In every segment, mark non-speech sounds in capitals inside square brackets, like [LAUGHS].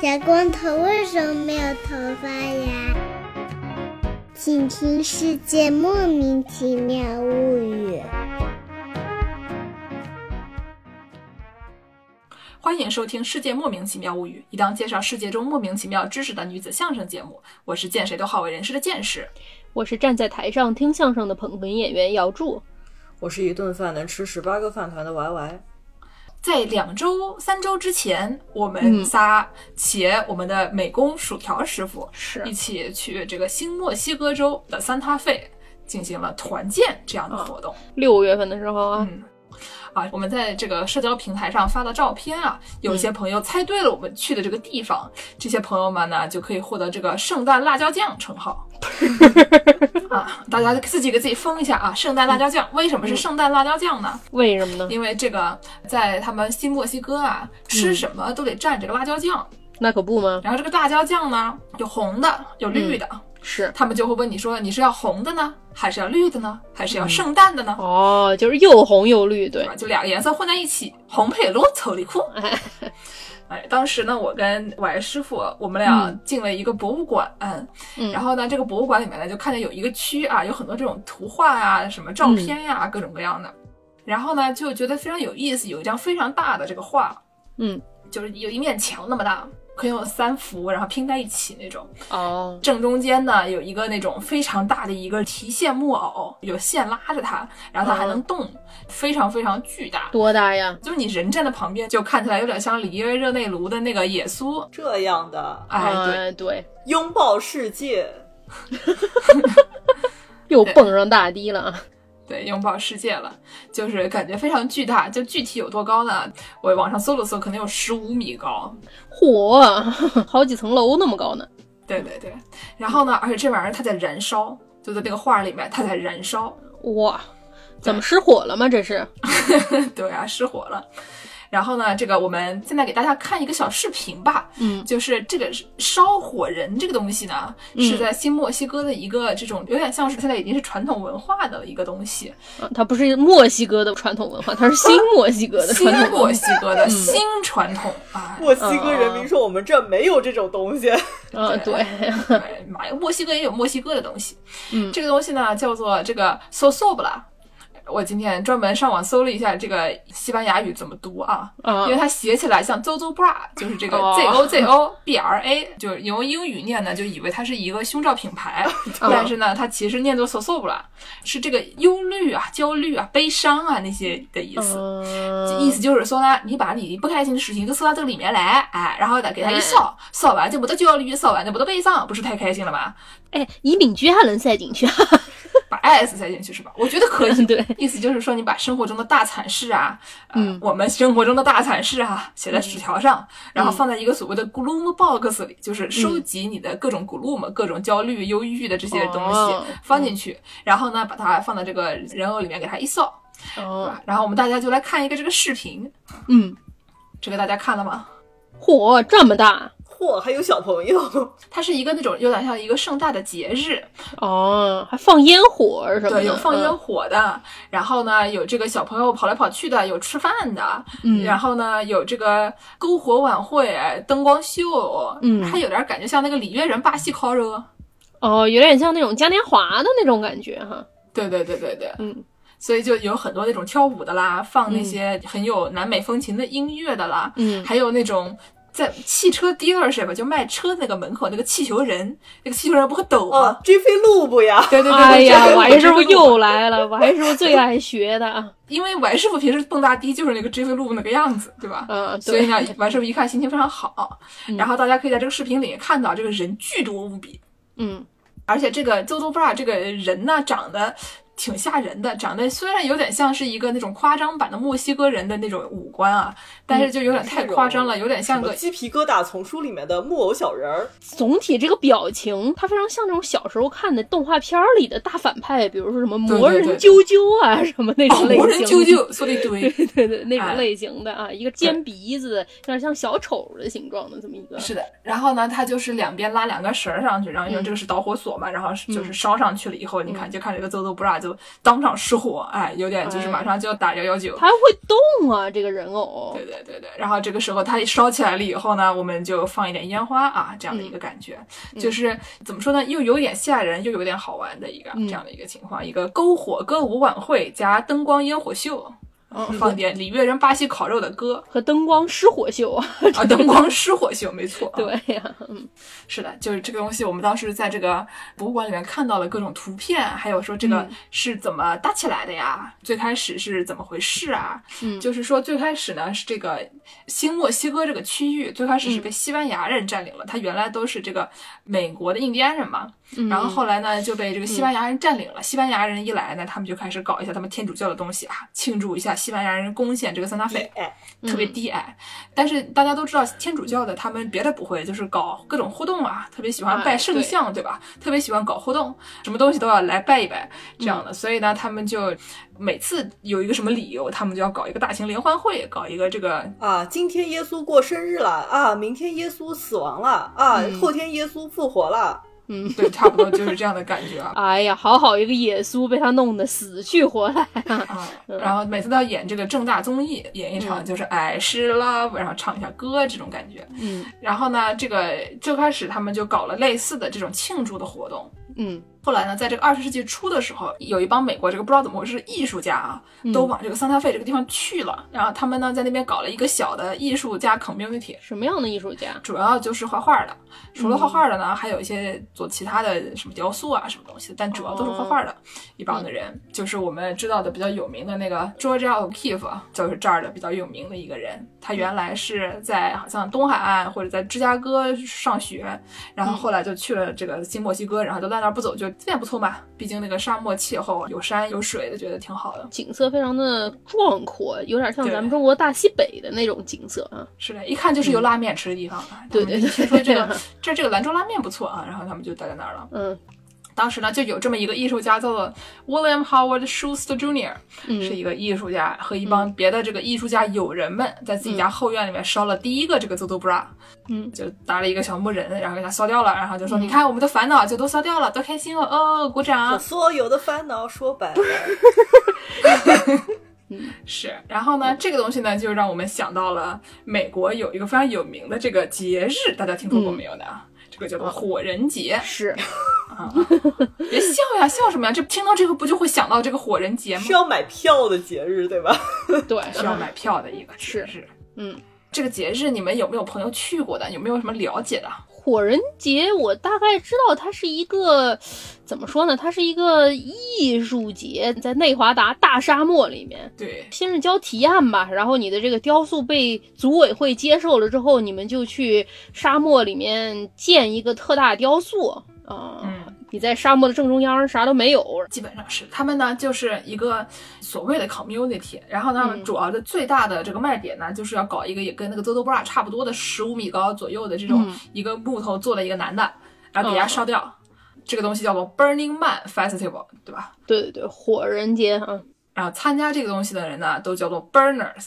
小光头为什么没有头发呀？请听《世界莫名其妙物语》。欢迎收听《世界莫名其妙物语》，一档介绍世界中莫名其妙知识的女子相声节目。我是见谁都好为人师的见识。我是站在台上听相声的捧哏演员姚柱。我是一顿饭能吃十八个饭团的 YY。在两周、三周之前，我们嗯仨且我们的美工薯条师傅是一起去这个新墨西哥州的三塔费进行了团建这样嗯的活动。六月份的时候啊，嗯，啊，我们在这个社交平台上发的照片啊，有些朋友猜对了我们去的这个地方，这些朋友们呢就可以获得这个“圣诞辣椒酱”称号。啊，大家自己给自己封一下啊！圣诞辣椒酱为什么是圣诞辣椒酱呢？为什么呢？因为这个在他们新墨西哥啊，吃什么都得蘸这个辣椒酱。那可不吗？然后这个辣椒酱呢，有红的，有绿的，是他们就会问你说你是要红的呢，还是要绿的呢，还是要圣诞的呢？哦，就是又红又绿，对对，吧？就俩个颜色混在一起，红配绿，丑 [LAUGHS] 里裤。哎，当时呢，我跟我师傅，我们俩嗯进了一个博物馆，嗯然后呢，这个博物馆里面呢，就看见有一个区啊，有很多这种图画啊、什么照嗯片呀、各种各样的。然后呢，就觉得非常有意思，有一张非常大的这个画，嗯，就是有一面墙那么大，可以有三幅，然后拼在一起那种。哦，正中间呢有一个那种非常大的一个提线木偶，有线拉着它，然后哦它还能动，非常非常巨大。多大呀？就是你人站在旁边，就看起来有点像里约热内卢的那个耶稣。这样的哎，对，哎对，拥抱世界，又蹦上大堤了哎啊！对，拥抱世界了，就是感觉非常巨大。就具体有多高呢？我网上搜了搜，可能有十五米高。嚯，啊 [LAUGHS] 好几层楼那么高呢！对对对，然后呢，而且这玩意儿它在燃烧，就在那个画里面它在燃烧。 [LAUGHS] 哇，怎么失火了吗？这是对啊，失火了。然后呢，这个我们现在给大家看一个小视频吧，嗯就是这个烧火人这个东西呢，嗯是在新墨西哥的一个这种有点像是现在已经是传统文化的一个东西，啊，它不是墨西哥的传统 [LAUGHS] 文化，它是新墨西哥的新传统墨文西哥的新传统啊。墨西哥人民说我们这儿没有这种东西。 [LAUGHS] 化。啊，对，对，哎妈呀，墨西哥也有墨西哥的东西。嗯这个东西呢叫做这个 sosobla。我今天专门上网搜了一下这个西班牙语怎么读啊，啊因为它写起来像 zozo bra，就是这个哦 z o z o b r a，就是由英语念呢，就以为它是一个胸罩品牌，哦但是呢，它其实念作 sosobla，是这个忧虑啊、焦虑啊、悲伤啊那些的意思。这嗯，意思就是说呢，你把你不开心的事情都说到这个里面来，哎，然后呢嗯给他一烧，烧完就没得焦虑，烧完就没得悲伤，不是太开心了吗？哎，移民局还能塞进去，啊把 S 塞进去是吧？我觉得 [LAUGHS] 可以。对，意思就是说，你把生活中的大惨事啊，呃、嗯我们生活中的大惨事啊，写在纸条上，然后嗯放在一个所谓的 gloom box 里，就是收集你的各种 gloom、各种焦虑、忧郁的这些东西、哦放进去，然后呢，把它放到这个人偶里面给它一扫，是哦，吧？然后我们大家就来看一个这个视频，嗯，这个大家看了吗？嚯，这么大嚯，还有小朋 [LAUGHS] 友，哦它是一个那种有点像一个盛大的节日，哦，还放烟火什么的，对，有放烟嗯火的，然后呢有这个小朋友跑来跑去的，有吃饭的，嗯然后呢有这个篝火晚会、灯光秀，嗯还有点感觉像那个里约人巴西烤肉，哦，有点像那种嘉年华的那种感觉哈。对对对对对，嗯，所以就有很多那种跳舞的啦，放那嗯些很有南美风情的音乐的啦，嗯还有那种。在汽车 dealership 就卖车那个门口那个气球人，那个气球人不会抖吗？哦，GP 路不呀？对对对对，哎呀，这个王这师个傅路又来了，王师傅 [LAUGHS] 最爱学的啊。因为王师傅平时蹦大迪就是那个 JV 路那个样子，对吧？嗯，所以对，呢，王师傅一看心情非常好。嗯然后大家可以在这个视频里看到，这个人巨多无比，嗯，而且这个 Zozo Bra 这个人呢，长得挺吓人的，长得虽然有点像是一个那种夸张版的墨西哥人的那种五官啊，但是就有点啊太夸张了，有点什像么个鸡皮疙瘩丛书里面的木偶小人儿，总体这个表情，它非常像那种小时候看的动画片儿里的大反派，比如说什么对魔人对啾啾啊，什么那种类型的。魔哦人啾啾，说的对。对对对，那哎种类型的啊，一个尖鼻子，有点像小丑的形状的这么一个。是的，然后呢，它就是两边拉两根绳儿上去，然后因为嗯这个是导火索嘛，然后是就是烧上去了以后，你看就看这个 Zozo Bra 就当场失火，哎，有点就是哎马上就要打幺幺九。它还会动啊，这个人偶对。对对对，然后这个时候它烧起来了以后呢，我们就放一点烟花啊，这样嗯的一个感觉，就是怎么说呢，又有点吓人，又有点好玩的一个、嗯这样的一个情况，一个篝火歌舞晚会加灯光烟火秀，嗯放点李月人巴西烤肉的 [LAUGHS] 歌和灯光失火秀啊，啊，灯光失火秀，没错，， [LAUGHS] 对呀、是的，就是这个东西，我们当时在这个博物馆里面看到了各种图片，还有说这个是怎么搭起来的呀？最开始是怎么回事啊？嗯就是说最开始呢是这个新墨西哥这个区域，最开始是被西班牙人占领了，它原来都是这个美国的印第安人嘛，嗯然后后来呢就被这个西班牙人占领了。西班牙人一来呢，他们就开始搞一下他们天主教的东西啊，庆祝一下西班牙人攻陷这个桑达菲。哎，特别低矮。但是大家都知道，天主教的他们别的不会，就是搞各种互动啊，特别喜欢拜圣像，对吧？特别喜欢搞互动，什么东西都要来拜一拜这样的。所以呢，他们就每次有一个什么理由，他们就要搞一个大型联欢会，搞一个这个啊，今天耶稣过生日了啊，明天耶稣死亡了啊，嗯后天耶稣复活啊了。对，差不多就是这样的感觉啊。哎呀，好好一个耶稣被他弄得死去活来啊！啊，嗯然后每次都要演这个正大综艺，演一场就是 I 是 love，然后唱一下歌这种感觉。嗯然后呢，这个最开始他们就搞了类似的这种庆祝的活动， [LAUGHS] 嗯后来呢，在这个二十世纪初的时候，有一帮美国这个不知道怎么回事的艺术家啊，嗯都往这个桑塔费这个地方去了。然后他们呢，在那边搞了一个小的艺术家 community，什么样的艺术家？主要就是画画的。除嗯了画画的呢，还有一些做其他的什么雕塑啊什么东西的，但主要都是画画的嗯一帮的人。就是我们知道的比较有名的那个 Georgia O'Keeffe，啊就是这儿的比较有名的一个人。他原来是在好像东海岸或者在芝加哥上学，然后后来就去了这个新墨西哥，然后就在那儿不走，就这也不错嘛。毕竟那个沙漠气候有山有水的，觉得挺好的。景色非常的壮阔，有点像对咱们中国大西北的那种景色啊。是的，一看就是有拉面吃的地方啊。对对对听说这个这儿这个兰州拉面不错啊，然后他们就待在那儿了。嗯当时呢，就有这么一个艺术家叫做 William Howard Schuster Jr.，、是嗯一个艺术家和一帮别的这个艺术家友人们，在自己家后院里面烧了第一个这个 Zozo Bra，嗯，就搭了一个小木人，然后给它烧掉了，然后就说、你看我们的烦恼就都烧掉了，多开心哦哦，鼓掌把。所有的烦恼说 [LAUGHS] 白了，是，然后呢，这个东西呢，就让我们想到了美国有一个非常有名的这个节日，大家听说嗯过没有呢？这个叫哦做火人节， [LAUGHS] 是，别笑呀，笑什么呀？这听到这个不就会想到这个火人节吗？是要买票的节日对吧？对，是要买票的一个节日。嗯，这个节日你们有没有朋友去过的？有没有什么了解的？火人节，我大概知道它是一个怎么说呢？它是一个艺术节，在内华达大沙漠里面。对，先是交提案吧，然后你的这个雕塑被组委会接受了之后，你们就去沙漠里面建一个特大雕塑啊、嗯，你在沙漠的正中央，啥都没有。基本上是他们呢，就是一个所谓的 community，然后呢，嗯主要的最大的这个卖点呢，就是要搞一个也跟那个 Zozo Bra 差不多的十五米高左右的这种嗯一个木头做的一个男的，然后给嗯它烧掉。这个东西叫做 Burning Man Festival，对吧？对对对，火人节啊，然后参加这个东西的人呢，都叫做 burners。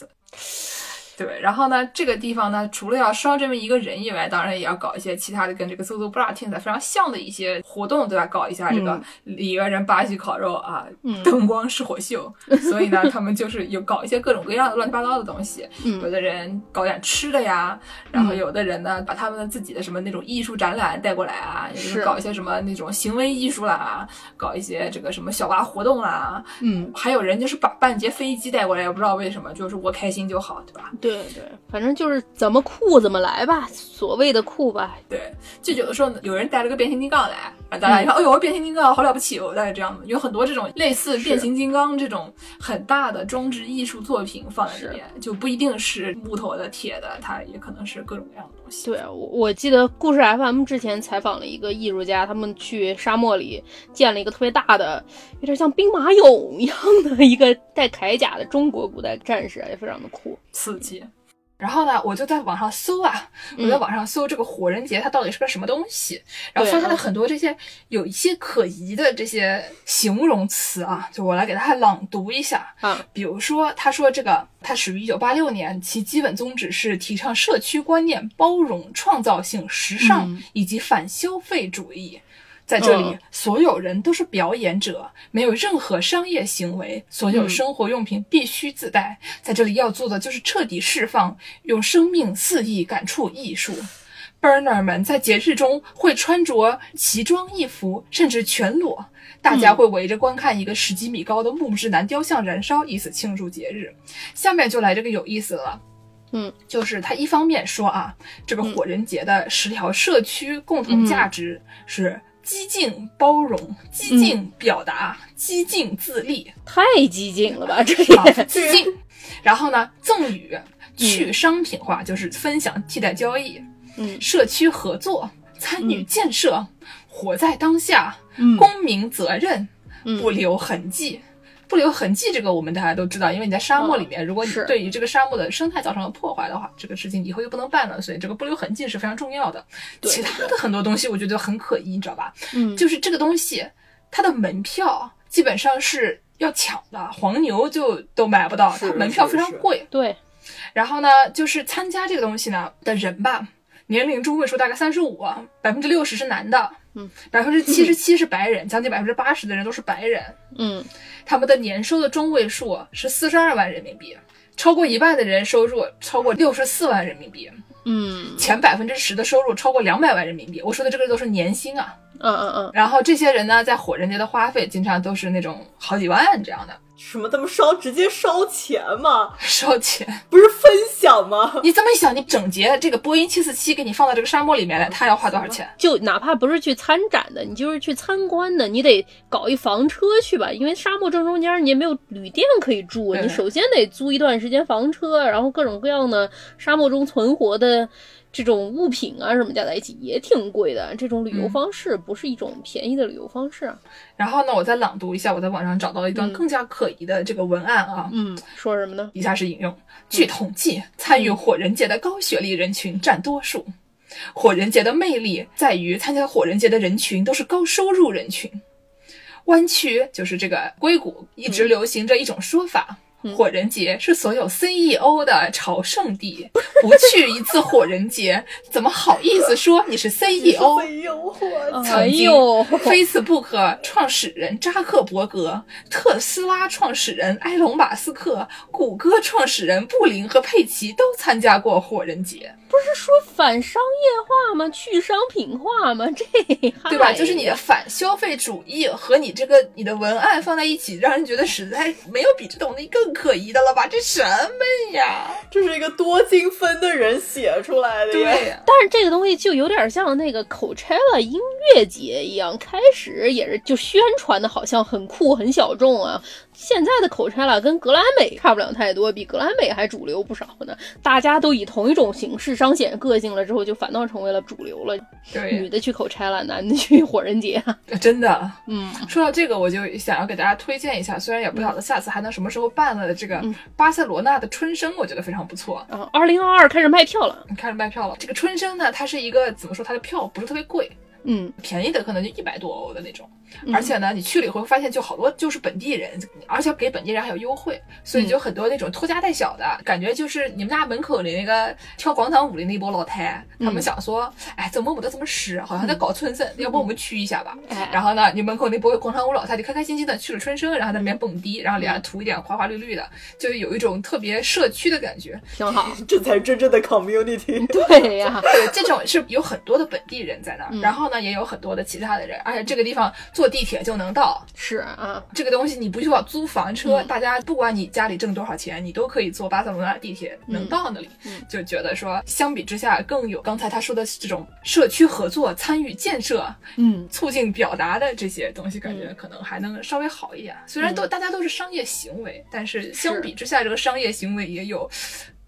对，然后呢，这个地方呢，除了要烧这么一个人以外，当然也要搞一些其他的跟这个 Zozo Bra 听起来非常像的一些活动，对吧？搞一下这个嗯里约人巴西烤肉啊，嗯灯光是火秀，所以呢，他们就是有搞一些各种各样的乱七八糟的东西。有嗯的人搞点吃的呀，然后嗯有的人呢，把他们的自己的什么那种艺术展览带过来啊，有是的搞一些什么那种行为艺术啦，搞一些这个什么小娃活动啦，嗯，还有人就是把半截飞机带过来，也不知道为什么，就是我开心就好，对吧？对对，反正就是怎么酷怎么来吧，所谓的酷吧，对，就有的时候有人带了个变形金刚来，然后大家一看，哎呦，变形金刚好了不起哦，大概这样的。有很多这种类似变形金刚这种很大的装置艺术作品放在里面，就不一定是木头的、铁的，它也可能是各种各样的东西。对我我记得故事 FM 之前采访了一个艺术家，他们去沙漠里建了一个特别大的，有点像兵马俑一样的一个带铠甲的中国古代战士，啊也非常的酷。刺激。然后呢，我就在网上搜啊，我嗯在网上搜这个火人节它到底是个什么东西，然后对发现了嗯很多这些有一些可疑的这些形容词啊，就我来给大家朗读一下。啊，比如说他说这个，它始于一九八六年，其基本宗旨是提倡社区观念、包容、创造性、时尚嗯以及反消费主义。在这里嗯，所有人都是表演者，没有任何商业行为，所有嗯生活用品必须自带。在这里要做的就是彻底释放，用生命肆意感触艺术。Burner 们在节日中会穿着奇装异服，甚至全裸。大家嗯会围着观看一个十几米高的木质男雕像燃烧，以此庆祝节日。下面就来这个有意思的了。嗯，就是他一方面说啊，这个火人节的十条社区共同价值是激进包容、激进表达、激进自立、太激进了吧？这啊也，激进。然后呢，赠与、去商品化，就是分享、替代交易、嗯社区合作、参与建设、活在当下、嗯公民责任、嗯不留痕迹。不留痕迹，这个我们大家都知道，因为你在沙漠里面，如果你是对于这个沙漠的生态造成了破坏的话，这个事情以后就不能办了。所以这个不留痕迹是非常重要的。对其他的很多东西，我觉得很可疑，你知道吧？嗯，就是这个东西，它的门票基本上是要抢的，黄牛就都买不到，是它门票是非常是贵。对，然后呢，就是参加这个东西呢的人吧，年龄中位数大概三十五，百分之六十是男的，嗯，百分之七十七是白人，将近百分之八十的人都是白人，嗯他们的年收的中位数啊是四十二万人民币。超过一半的人收入超过六十四万人民币，嗯前百分之十的收入超过两百万人民币。我说的这个都是年薪啊。嗯嗯然后这些人呢，在火人节的花费经常都是那种好几万这样的，什么？他们烧直接烧钱吗？烧钱。不是分享吗？你这么一想，你整节这个波音七四七给你放到这个沙漠里面来，他要花多少钱？就哪怕不是去参展的，你就是去参观的，你得搞一房车去吧，因为沙漠正中间你也没有旅店可以住，对你首先得租一段时间房车，然后各种各样的沙漠中存活的这种物品啊什么加在一起也挺贵的，这种旅游嗯方式不是一种便宜的旅游方式啊。然后呢，我再朗读一下我在网上找到一段嗯更加可疑的这个文案啊。嗯，说什么呢？以下是引用：据统计，参与火人节的高学历人群占多数。火人节的魅力在于，参加火人节的人群都是高收入人群。湾区就是这个硅谷一直流行着一种说法。嗯火人节是所有 CEO 的朝圣地，不去一次火人节，怎么好意思说你是 E CEO？哎呦，我嗯操！哎呦， Facebook 创始人扎克伯格、特斯拉创始人埃隆·马斯克、谷歌创始人布林和佩奇都参加过火人节，说反商业化吗？去商品化吗？这 [LAUGHS] 对吧？嗨就是你的反消费主义和你这个你的文案放在一起，让人觉得实在没有比这东西更可疑的了吧？这什么呀？这是一个多精分的人写出来的呀。呀、但是这个东西就有点像那个 Coachella 音乐节一样，开始也是就宣传的好像很酷很小众啊。现在的 Coachella 跟格莱美差不了太多，比格莱美还主流不少呢。大家都以同一种形式彰显个性了之后，就反倒成为了主流了。女对的去 Coachella，男的去火人 [LAUGHS] 节。呀，真的。嗯说到这个，我就想要给大家推荐一下，虽然也不晓得下次还能什么时候办了。这个嗯巴塞罗那的春生，我觉得非常不错。啊，二零二二开始卖票了。开始卖票了。这个春生呢，它是一个怎么说，它的票不是特别贵， [LAUGHS] 嗯便宜的可能就一百多欧的那种。嗯而且呢，你去了以后发现，就好多就是本地人，而且给本地人还有优惠，所嗯以就很多那种拖家带小的、感觉，就是你们家门口的那个跳广场舞的那波老太，他们嗯想说，哎，怎么我们都这么湿，好像在搞春生，要不我们去一下吧。哎然后呢，你门口那波广场舞老太就开开心心的去了春生，然后在那边蹦迪，然后脸嗯上涂一点花花绿绿的，就有一种特别社区的感觉。挺好。这才是真正的 community。 [LAUGHS] 对呀、对，这种是有很多的本地人在那儿，嗯然后呢也有很多的其他的人，而且这个地方坐地铁就能到。是啊，这个东西你不需要租房车，嗯大家不管你家里挣多少钱，你都可以坐巴塞罗那地铁能到那里。嗯就觉得说，相比之下更有刚才他说的这种社区合作、参与建设、嗯促进表达的这些东西，感觉可能还能稍微好一点。啊虽然嗯都大家都是商业行为，但是相比之下，这个商业行为也有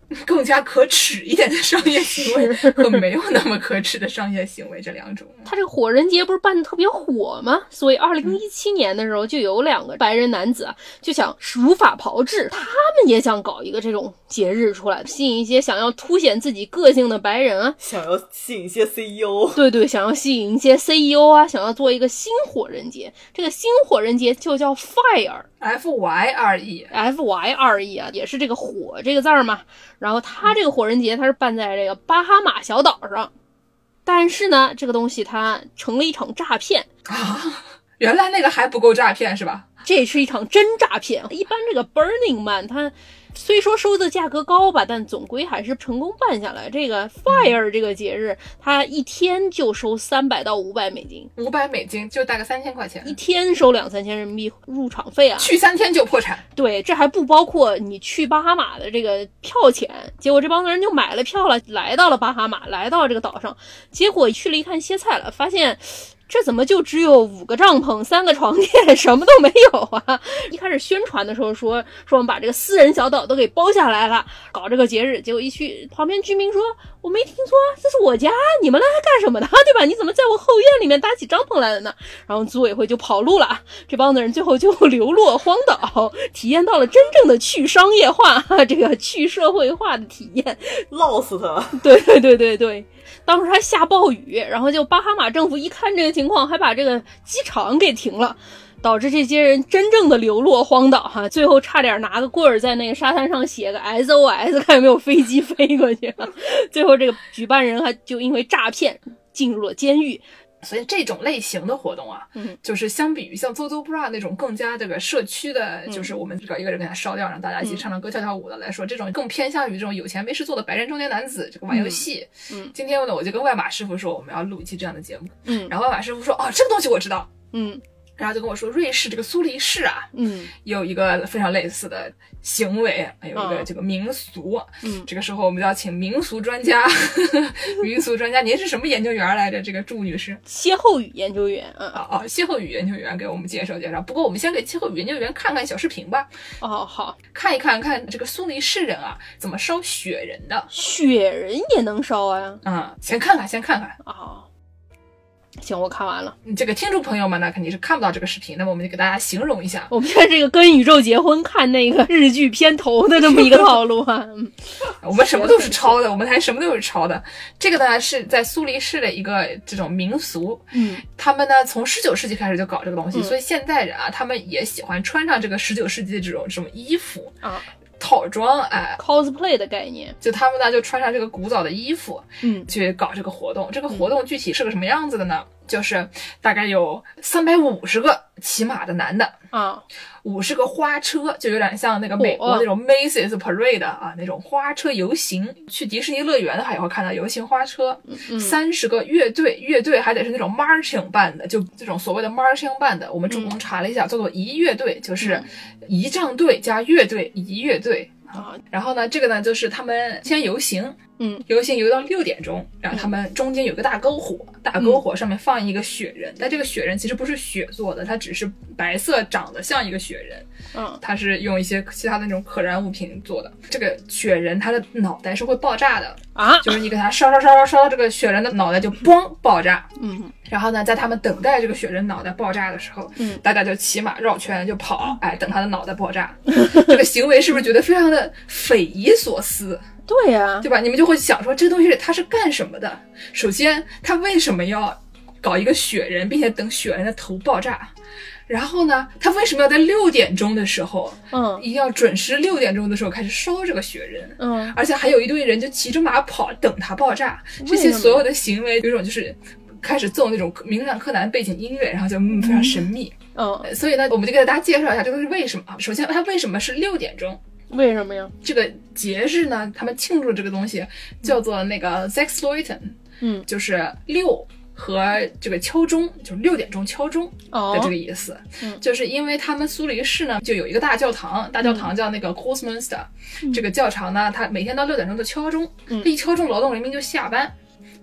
[LAUGHS] 更加可耻一点的商业行为和没有那么可耻的商业行为这两种。他这个火人节不是办的特别火吗？所以二零一七年的时候，就有两个白人男子啊，就想如法炮制，他们也想搞一个这种节日出来，吸引一些想要凸显自己个性的白人啊，想要吸引一些 E CEO，对对，想要吸引一些 CEO 啊，想要做一个新火人节。这个新火人节就叫 Fire。 F Y R E， F Y R E 啊，也是这个火这个字儿嘛。然后他这个火人节，他是办在这个巴哈马小岛上。但是呢，这个东西它成了一场诈骗，啊，原来那个还不够诈骗是吧？这是一场真诈骗。一般这个 Burning Man 它虽说收的价格高吧，但总归还是成功办下来。这个 Fire 这个节日，它一天就收三百到五百美金，五百美金就大概三千块钱一，天收两三千人民币入场费啊。去三天就破产。对，这还不包括你去巴哈马的这个票钱。结果这帮人就买了票了，来到了巴哈马，来到这个岛上，结果去了一看歇菜了，发现。这怎么就只有五个帐篷、三个床垫，什么都没有啊？ [LAUGHS] 一开始宣传的时候说说我们把这个私人小岛都给包下来了，搞这个节日。结果一去，旁边居民说我没听错，这是我家，你们来干什么的？ [LAUGHS] 对吧？你怎么在我后院里面搭起帐篷来了呢？然后组委会就跑路了，这帮子人最后就流落荒岛，体验到了真正的去商业化、 [LAUGHS] 这个去社会化的体验。唠死他！嗯对对对对对，当时还下暴雨，然后就巴哈马政府一看这个情况，还把这个机场给停了。导致这些人真正的流落荒岛哈，最后差点拿个棍儿在那个沙滩上写个 SOS，看有没有飞机飞过去。最后这个举办人还就因为诈骗进入了监狱。所以这种类型的活动啊，嗯就是相比于像 Zozo Bra 那种更加这个社区的，嗯就是我们这个一个人给他烧掉，让大家一起唱唱歌、跳跳舞的来说，这种更偏向于这种有钱没事做的白人中年男子这个玩游戏。嗯今天呢，我就跟外码师傅说，我们要录一期这样的节目。嗯然后外码师傅说，哦，这个东西我知道。嗯然后就跟我说，瑞士这个苏黎世啊，嗯有一个非常类似的行为，有一个嗯这个民俗。嗯这个时候我们就要请民俗专家， [LAUGHS] 民俗专家，您是什么研究员来着？这个祝女士歇后语研究员，嗯啊啊，气候与研究员给我们介绍介绍。不过我们先给气候与研究员看看小视频吧，哦好，看一看看这个苏黎世人啊怎么烧雪人的。雪人也能烧啊嗯，先看看，先看看。啊、行，我看完了。嗯这个听众朋友们呢，肯定是看不到这个视频，那么我们就给大家形容一下。我们看这个跟宇宙结婚看那个日剧片头的这么一个套路 [LAUGHS] 啊，嗯我们什么都是抄的，我们还什么都是抄的。这个呢是在苏黎世的一个这种民俗，嗯他们呢从十九世纪开始就搞这个东西，嗯所以现代人啊，他们也喜欢穿上这个十九世纪的这种这种衣服啊套装，哎， ，cosplay 的概念，就他们呢就穿上这个古早的衣服，嗯去搞这个活动。这个活动具体是个什么样子的呢？就是大概有三百五十个骑马的男的，啊，五十个花车，就有点像那个美哦国那种 Macy's Parade 啊，那种花车游行。去迪士尼乐园的话也会看到游行花车。嗯三十个乐队，乐队还得是那种 marching band 的，就这种所谓的 marching band 的。我们主嗯动查了一下，叫做仪乐队，就是仪仗队加乐队，仪乐队。啊，然后呢，这个呢就是他们先游行，嗯，游行游到六点钟，然后他们中间有个大篝火，大篝火上面放一个雪人，但这个雪人其实不是雪做的，它只是白色长得像一个雪人，嗯它是用一些其他的那种可燃物品做的。这个雪人它的脑袋是会爆炸的，啊，就是你给它烧烧烧烧烧到这个雪人的脑袋就嘣爆炸，嗯然后呢，在他们等待这个雪人脑袋爆炸的时候，嗯大家就骑马绕圈就跑，哎，等他的脑袋爆炸。 [LAUGHS] 这个行为是不是觉得非常的匪夷所思，对呀、对吧？你们就会想说，这个东西它是干什么的？首先，它为什么要搞一个雪人，并且等雪人的头爆炸？然后呢，它为什么要在六点钟的时候，嗯一定要准时六点钟的时候开始烧这个雪人？嗯，而且还有一堆人就骑着马跑，等它爆炸。这为什些么所有的行为，有一种就是开始奏那种名侦探柯南背景音乐，然后就嗯非常神秘。呃嗯，所以呢，我们就给大家介绍一下这个是为什么啊。首先，它为什么是六点钟？为什么呀？这个节日呢，他们庆祝这个东西叫做那个 Sexloiton，嗯就是六和这个敲钟，就是六点钟敲钟。哦的，这个意思，嗯就是因为他们苏黎世呢，就有一个大教堂，大教嗯堂叫那个 c o s m o n s t e r 这个教堂呢，它每天到六点钟就敲钟，嗯它一敲钟，劳动人民就下班。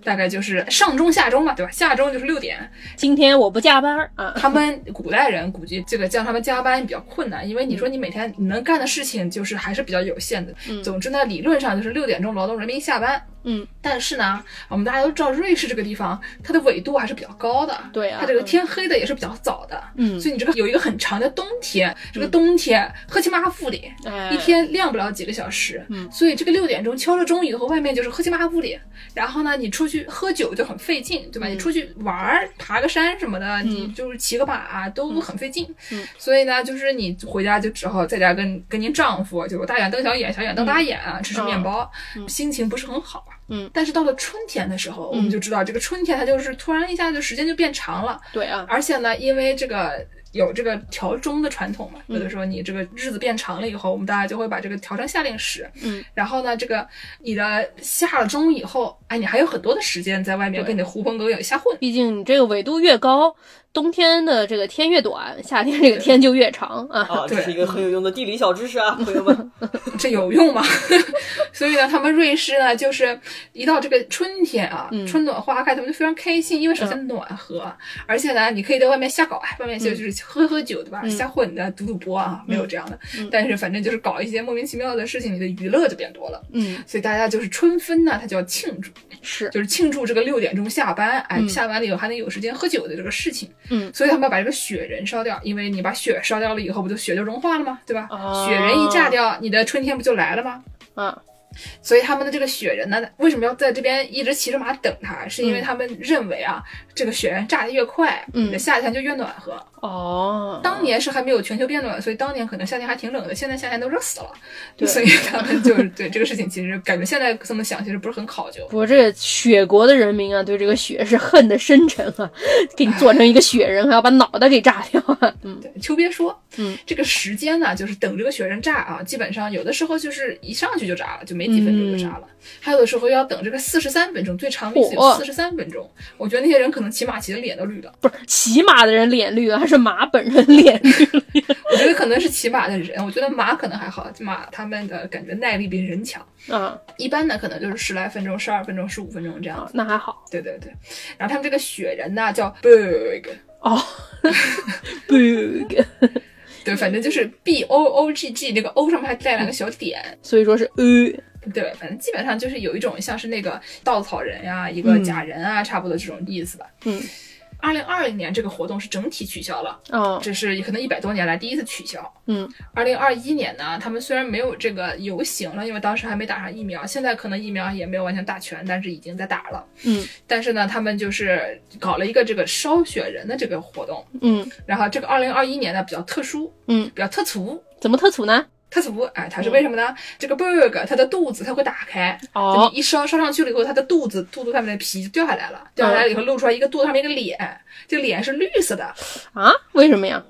大概就是上钟下钟嘛，对吧？下钟就是六点。今天我不加班儿啊，他们古代人估计这个叫他们加班比较困难，因为你说你每天你能干的事情就是还是比较有限的。嗯总之呢，理论上就是六点钟劳动人民下班。嗯，但是呢，我们大家都知道瑞士这个地方它的纬度还是比较高的，对啊它这个天黑的也是比较早的。嗯，所以你这个有一个很长的冬天，这个冬天黑漆麻糊里，哎一天亮不了几个小时，嗯所以这个六点钟敲了钟以后，外面就是黑漆麻糊里，然后呢，你出去喝酒就很费劲，对吧？嗯你出去玩儿、爬个山什么的，你就是骑个马、啊都很费劲，嗯所以呢，就是你回家就只好在家跟跟您丈夫，就是大眼瞪小眼，小眼瞪大眼啊，吃吃面包，嗯心情不是很好啊。嗯，但是到了春天的时候，我们就知道这个春天它就是突然一下就时间就变长了，对啊，而且呢，因为这个有这个调钟的传统嘛，嗯有的时候你这个日子变长了以后，我们大家就会把这个调成夏令时。嗯，然后呢，这个你的下了钟以后，哎，你还有很多的时间在外面对跟你的狐朋狗友瞎混。毕竟你这个纬度越高，冬天的这个天越短，夏天这个天就越长啊。啊，这对嗯是一个很有用的地理小知识啊，朋友们。这有用 [LAUGHS] 吗？所以呢，他们瑞士呢，就是一到这个春天啊，嗯春暖花开，他们就非常开心，因为首先暖和，而且呢，你可以在外面瞎搞，哎，外面就嗯就是喝喝酒，对吧？嗯瞎混的，赌赌博啊，没有这样的，嗯但是反正就是搞一些莫名其妙的事情，你的娱乐就变多了。嗯，所以大家就是春分呢，他就要庆祝，是，就是庆祝这个六点钟下班，哎，嗯下班了以后还能有时间喝酒的这个事情。嗯所以他们要把这个雪人烧掉，因为你把雪烧掉了以后，不就雪就融化了吗？对吧？哦雪人一炸掉，你的春天不就来了吗？啊，所以他们的这个雪人呢，为什么要在这边一直骑着马等他？是因为他们认为啊，这个雪人炸得越快，嗯你的夏天就越暖和。哦，当年是还没有全球变暖，所以当年可能夏天还挺冷的，现在夏天都热死了。对所以他们就是对这个事情，其实感觉现在这么想，其实不是很考究。不过这雪国的人民啊，对这个雪是恨得深沉啊， [LAUGHS] 给你做成一个雪人，还要把脑袋给炸掉啊。 [LAUGHS] 嗯对，秋别说，嗯，这个时间呢，就是等这个雪人炸啊，基本上有的时候就是一上去就炸了，就没几分钟就炸嗯了，还有的时候要等这个四十三分钟，最长的一次有嚯四十三分钟。我觉得那些人可能骑马骑的脸都绿了，不是骑马的人脸绿啊，还是马本人脸绿了？我觉得可能是骑马的人，我觉得马可能还好，马他们的感觉耐力比人强。啊 [LAUGHS] 一般呢，可能就是十来分钟、十二分钟、十五分钟这样啊子。，那还好对对对，然后他们这个雪人呢叫 bog，哦。bug，对，反正就是 b o o g g，那个 o 上面还带两个小点，所以说是呃，对，反正基本上就是有一种像是那个稻草人呀、一个假人啊，差不多这种意思吧。嗯，二零二零年这个活动是整体取消了，啊，这是可能一百多年来第一次取消。嗯，二零二一年呢，他们虽然没有这个游行了，因为当时还没打上疫苗，现在可能疫苗也没有完全打全，但是已经在打了。嗯但是呢，他们就是搞了一个这个烧雪人的这个活动，嗯然后这个二零二一年呢比较特殊，嗯，比较特俗。怎么特处呢？特俗，哎，它是为什么呢？这个 bug 它的肚子它会打开，就哦你一烧烧上去了以后，它的肚子肚子上面的皮就掉下来嗯了，掉下来了以后露出来一个肚子上面一个脸，这个脸是绿色的，啊，为什么呀？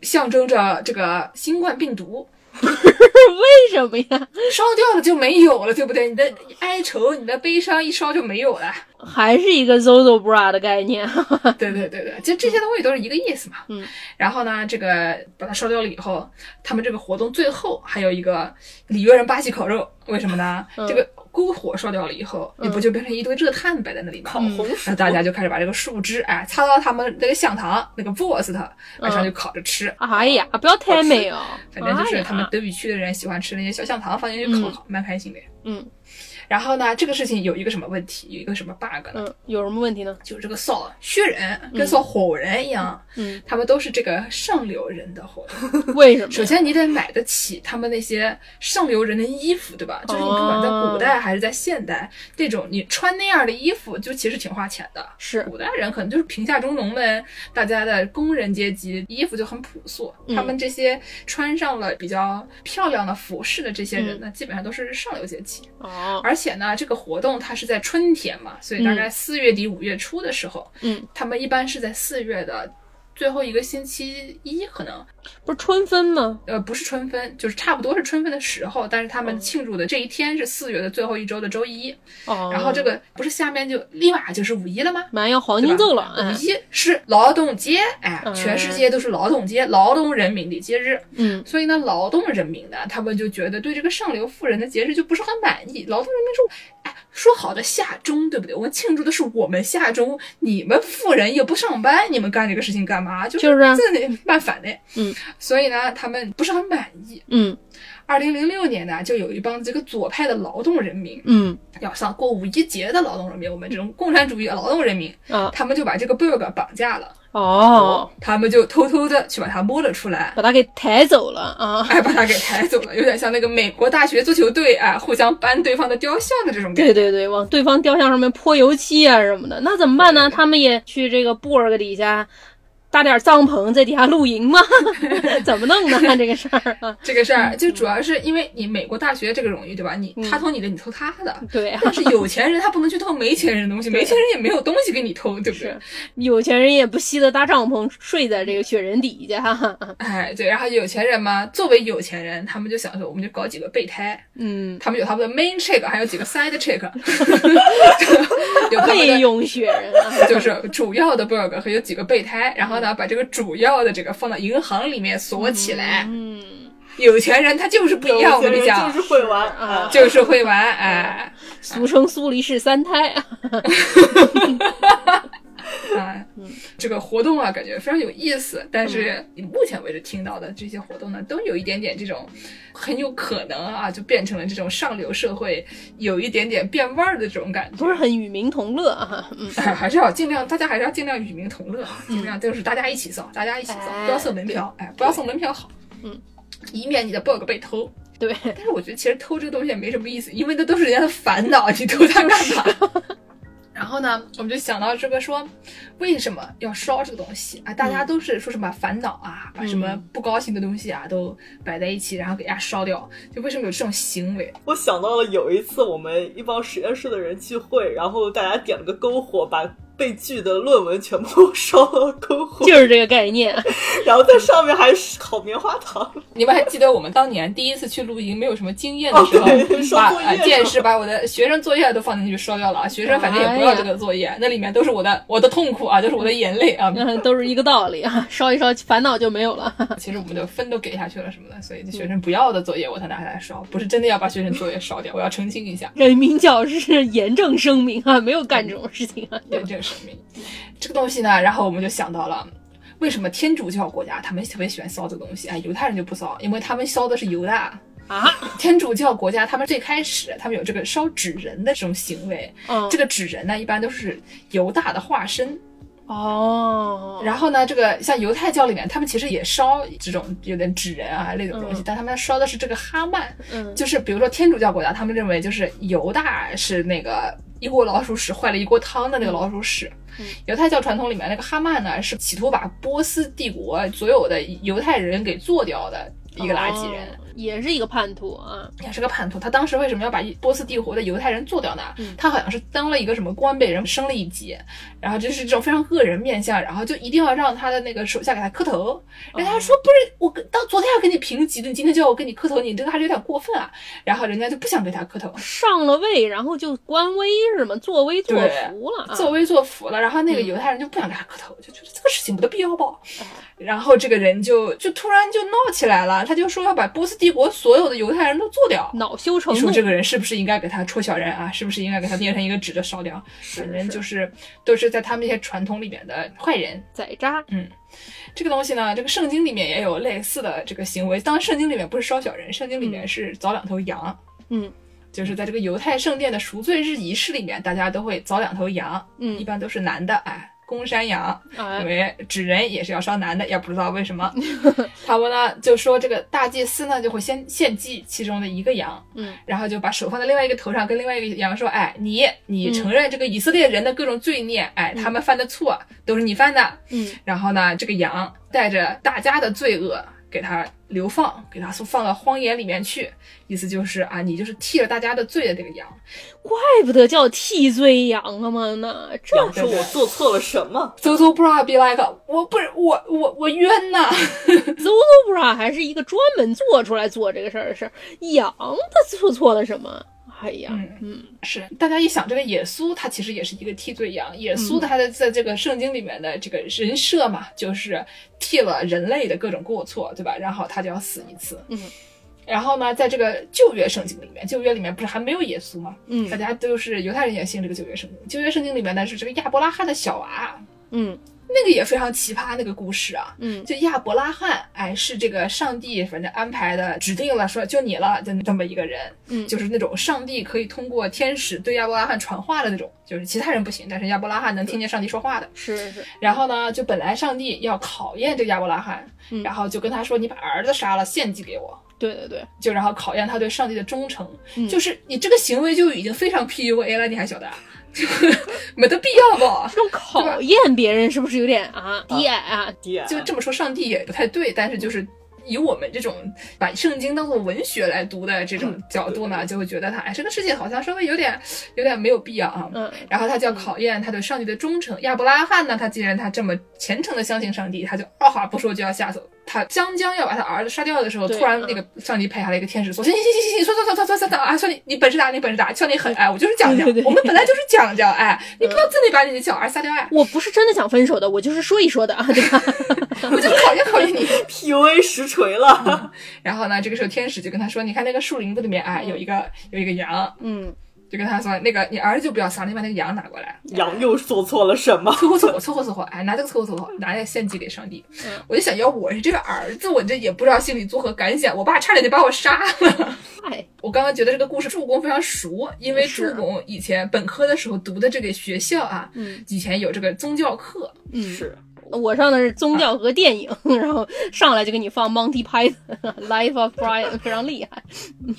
象征着这个新冠病毒。为什么呀？烧掉了就没有了，对不对？你的哀愁、你的悲伤一烧就没有了。还是一个 Zozo bra 的概念。 [LAUGHS] 对对对对，其实这些东西都是一个意思嘛。嗯。然后呢，这个把它烧掉了以后，他们这个活动最后还有一个里约人巴西烤肉，为什么呢？嗯这个篝火烧掉了以后，你不就变成一堆热炭摆在那里吗？烤红嗯薯那大家就开始把这个树枝，哎，插到他们那个香肠那个 boss 它，晚上就烤着吃。哎呀，不要太美哦。反正就是他们哎呀德语区的人喜欢吃那些小香肠，放进去烤烤，蛮开心的。嗯然后呢，这个事情有一个什么问题？有一个什么 bug 呢？嗯，有什么问题呢？就是这个扫薛人跟扫火人一样，嗯，他们都是这个上流人的活 [LAUGHS] 动。为什么呀？首先，你得买得起他们那些上流人的衣服，对哦吧？就是你不管在古代还是在现代，这种你穿那样的衣服，就其实挺花钱的。是古代人可能就是贫下中农们，大家的工人阶级衣服就很朴素。嗯他们这些穿上了比较漂亮的服饰的这些人呢，嗯基本上都是上流阶级。哦，而且呢，这个活动它是在春天嘛，所以大概四月底五月初的时候，嗯，他们一般是在四月的最后一个星期一，可能不是春分吗？呃不是春分，就是差不多是春分的时候，但是他们庆祝的这一天是四月的最后一周的周一，哦，然后这个不是下面就立马就是五一了吗？马上要黄对吧金周了，五哎，一是劳动节，哎，嗯全世界都是劳动节，劳动人民的节日。嗯，所以呢，劳动人民呢，他们就觉得对这个上流富人的节日就不是很满意。劳动人民说，哎，说好的下中，对不对？我们庆祝的是我们下中，你们富人又不上班，你们干这个事情干 [LAUGHS] 嘛？就是就是啊这里办反的。嗯，所以呢，他们不是很满意。嗯二零零六年呢，就有一帮这个左派的劳动人民，嗯要像过五一节的劳动人民，我们这种共产主义劳动人民，啊，他们就把这个 bug 绑架了。哦，他们就偷偷的去把它摸了出来，把他给抬走了 [LAUGHS] 啊， [LAUGHS] 哎，把他给抬走了，有点像那个美国大学足球队啊，互相搬对方的雕像的这种感对觉。对对，往对方雕像上面泼油漆啊什么的，那怎么办呢？他们也去这个布尔格底下搭点帐篷在底下露营吗？ [LAUGHS] 怎么弄 [LAUGHS] 呢？这个事儿啊，这个事儿就主要是因为你美国大学这个荣誉，对吧？你嗯他偷你的，你偷他的。对啊，但是有钱人他不能去偷没钱人 [LAUGHS] 的东西，没钱人也没有东西给你偷，对不对是？有钱人也不惜得搭帐篷睡在这个雪人底下。哎，对，然后有钱人嘛，作为有钱人，他们就想说，我们就搞几个备胎， [LAUGHS] 嗯，他们有他们的 main check，还有几个 side check，有他们备的用雪人啊， [LAUGHS] 就是主要的 bug 和有几个备胎，然后呢，把这个主要的这个放到银行里面锁起来。嗯，有钱人他就是不一样，我跟你讲就，是会玩啊啊，就是会玩，哎，俗称苏黎世三胎。啊，这个活动啊，感觉非常有意思。但是你目前为止听到的这些活动呢，都有一点点这种，很有可能啊，就变成了这种上流社会有一点点变味儿的这种感觉。不是很与民同乐啊。 [LAUGHS] 嗯，哎，还是要尽量，大家还是要尽量与民同乐，尽量就是大家一起造，大家一起造，哎不要送门票，哎，不要送门票好，嗯，以免你的 bug 被偷。 [LAUGHS] 对，但是我觉得其实偷这个东西也没什么意思，因为那都是人家的烦恼，你偷它 [LAUGHS] 干嘛？然后呢，我们就想到这个说，为什么要烧这个东西啊？大家都是说什么烦恼啊，把什么不高兴的东西啊都摆在一起，然后给大家烧掉，就为什么有这种行为？我想到了有一次我们一帮实验室的人聚会，然后大家点了个篝火，把被拒的论文全部烧了篝火，就是这个概念。 [LAUGHS] 然后在上面还烤棉花糖。你们还记得我们当年第一次去露营没有什么经验的时 [LAUGHS] 候，哦对把烧作业啊是吧见识把我的学生作业都放进去烧掉了啊！学生反正也不要这个作业，那里面都是我的我的痛苦啊，都是我的眼泪啊！嗯，都是一个道理啊，烧一烧，烦恼就没有了。 [LAUGHS] 其实我嗯们就分都给下去了什么的，所以这学生不要的作业我才拿下来烧，不是真的要把学生作业烧掉，我要澄清一下。人民教师严正声明啊，没有干这种事情啊。对这个声明，这个东西呢，然后我们就想到了。为什么天主教国家他们特别喜欢烧这个东西？哎，犹太人就不烧，因为他们烧的是犹大。啊，天主教国家他们最开始他们有这个烧纸人的这种行为，嗯，这个纸人呢一般都是犹大的化身。哦，然后呢，这个像犹太教里面，他们其实也烧这种有点纸人啊那种东西，嗯但他们烧的是这个哈曼，嗯，就是比如说天主教国家，他们认为就是犹大是那个一锅老鼠屎坏了一锅汤的那个老鼠屎。嗯犹太教传统里面那个哈曼呢，是企图把波斯帝国所有的犹太人给做掉的一个垃圾人。哦也是一个叛徒啊。也是个叛徒。他当时为什么要把波斯帝国的犹太人做掉呢？嗯他好像是当了一个什么官，被人升了一级，然后就是这种非常恶人面相，然后就一定要让他的那个手下给他磕头。人哦家说、不是我跟到昨天要给你评级的，你今天就要我给你磕头，你这个还是有点过分啊。然后人家就不想给他磕头，上了位，然后就官威是吗？作威作福了啊！作威作福了。然后那个嗯犹太人就不想给他磕头，就觉得这个事情没得必要吧。 [LAUGHS] 然后这个人就就突然就闹起来了，他就说要把波斯帝国所有的犹太人都做掉。恼羞成你怒说，这个人是不是应该给他戳小人啊？是不是应该给他捏成一个指的烧掉？是反正就是是都是在他们那些传统里面的坏人。宰渣。这个东西呢，这个圣经里面也有类似的这个行为。当然，圣经里面不是烧小人，圣经里面是凿两头羊。嗯，就是在这个犹太圣殿的赎罪日仪式里面，大家都会凿两头羊，一嗯，般都是男的，哎。公山羊，因哎，为纸人也是要烧男的，也不知道为什么。 [LAUGHS] 他们呢就说这个大祭司呢就会先献祭其中的一个羊，嗯，然后就把手放在另外一个头上，跟另外一个羊说：“哎，你你承认这个以色列人的各种罪孽，哎，他们犯的错都是你犯的。嗯，然后呢，这个羊带着大家的罪恶给他流放，给他放到荒野里面去，意思就是啊，你就是替了大家的罪的这个羊。怪不得叫替罪羊啊嘛呢，这羊说我做错了什么？ Zozo bra be like，我不是我我我冤呐、 Zobra 还是一个专门做出来做这个事儿的事儿，羊他做错了什么？哎呀，嗯是，大家一想这个耶稣，他其实也是一个替罪羊。耶稣嗯他的在这个圣经里面的这个人设嘛，就是替了人类的各种过错，对吧？然后他就要死一次。嗯。然后呢，在这个旧约圣经里面，旧约里面不是还没有耶稣吗？大嗯家都是犹太人也信这个旧约圣经。旧约圣经里面呢是这个亚伯拉罕的小娃，嗯那个也非常奇葩那个故事啊。嗯就亚伯拉罕，哎，是这个上帝反正安排的，指定了说就你了，就这么一个人，嗯就是那种上帝可以通过天使对亚伯拉罕传话的那种，就是其他人不行，但是亚伯拉罕能听见上帝说话的。是是，然后呢，就本来上帝要考验这个亚伯拉罕，嗯然后就跟他说你把儿子杀了献祭给我，对对对，就然后考验他对上帝的忠诚，嗯就是你这个行为就已经非常 PUA 了，你还晓得啊？ [LAUGHS] 没得必要吧？这种考验别人是不是有点啊低矮啊？爹，就这么说，上帝也不太对，但是就是。以我们这种把圣经当做文学来读的这嗯种角度呢，就会觉得他哎，这个事情好像稍微有点有点没有必要啊。嗯，然后他就要考验他对上帝的忠诚。亚伯拉罕呢，他既然他这么虔诚的相信上帝，他就二话不说就要下手。他将将要把他儿子杀掉的时候，对突然那个上帝派下来一个天使说：“行行行行行，算算算算算算算啊，算你你本事大，你本事大，算你狠哎，我就是讲讲对对，对我们本来就是讲讲哎，你不要真的把你的小儿杀掉哎，我不是真的想分手的，我就是说一说 [LAUGHS] 的啊，对吧？我就考验考验你。” PUA 实锤了，然后呢，这个时候天使就跟他说：“你看那个树林子里面哎，有一个有一个羊，嗯，就跟他说那个你儿子就不要杀，你把那个羊拿过来。”羊又做错了什么？凑合凑合凑合凑合，哎，拿这个凑合凑合，拿这个献祭给上帝。嗯我就想要我是这个儿子，我这也不知道心里作何感想。我爸差点就把我杀了。 [LAUGHS] 哎，我刚刚觉得这个故事助攻非常熟，因为是啊助攻以前本科的时候读的这个学校啊，嗯以前有这个宗教 [LAUGHS] 课，嗯，是我上的是宗教和电影，然后上来就给你放 Monty Python 《Life of [LAUGHS] Brian》，非常厉害。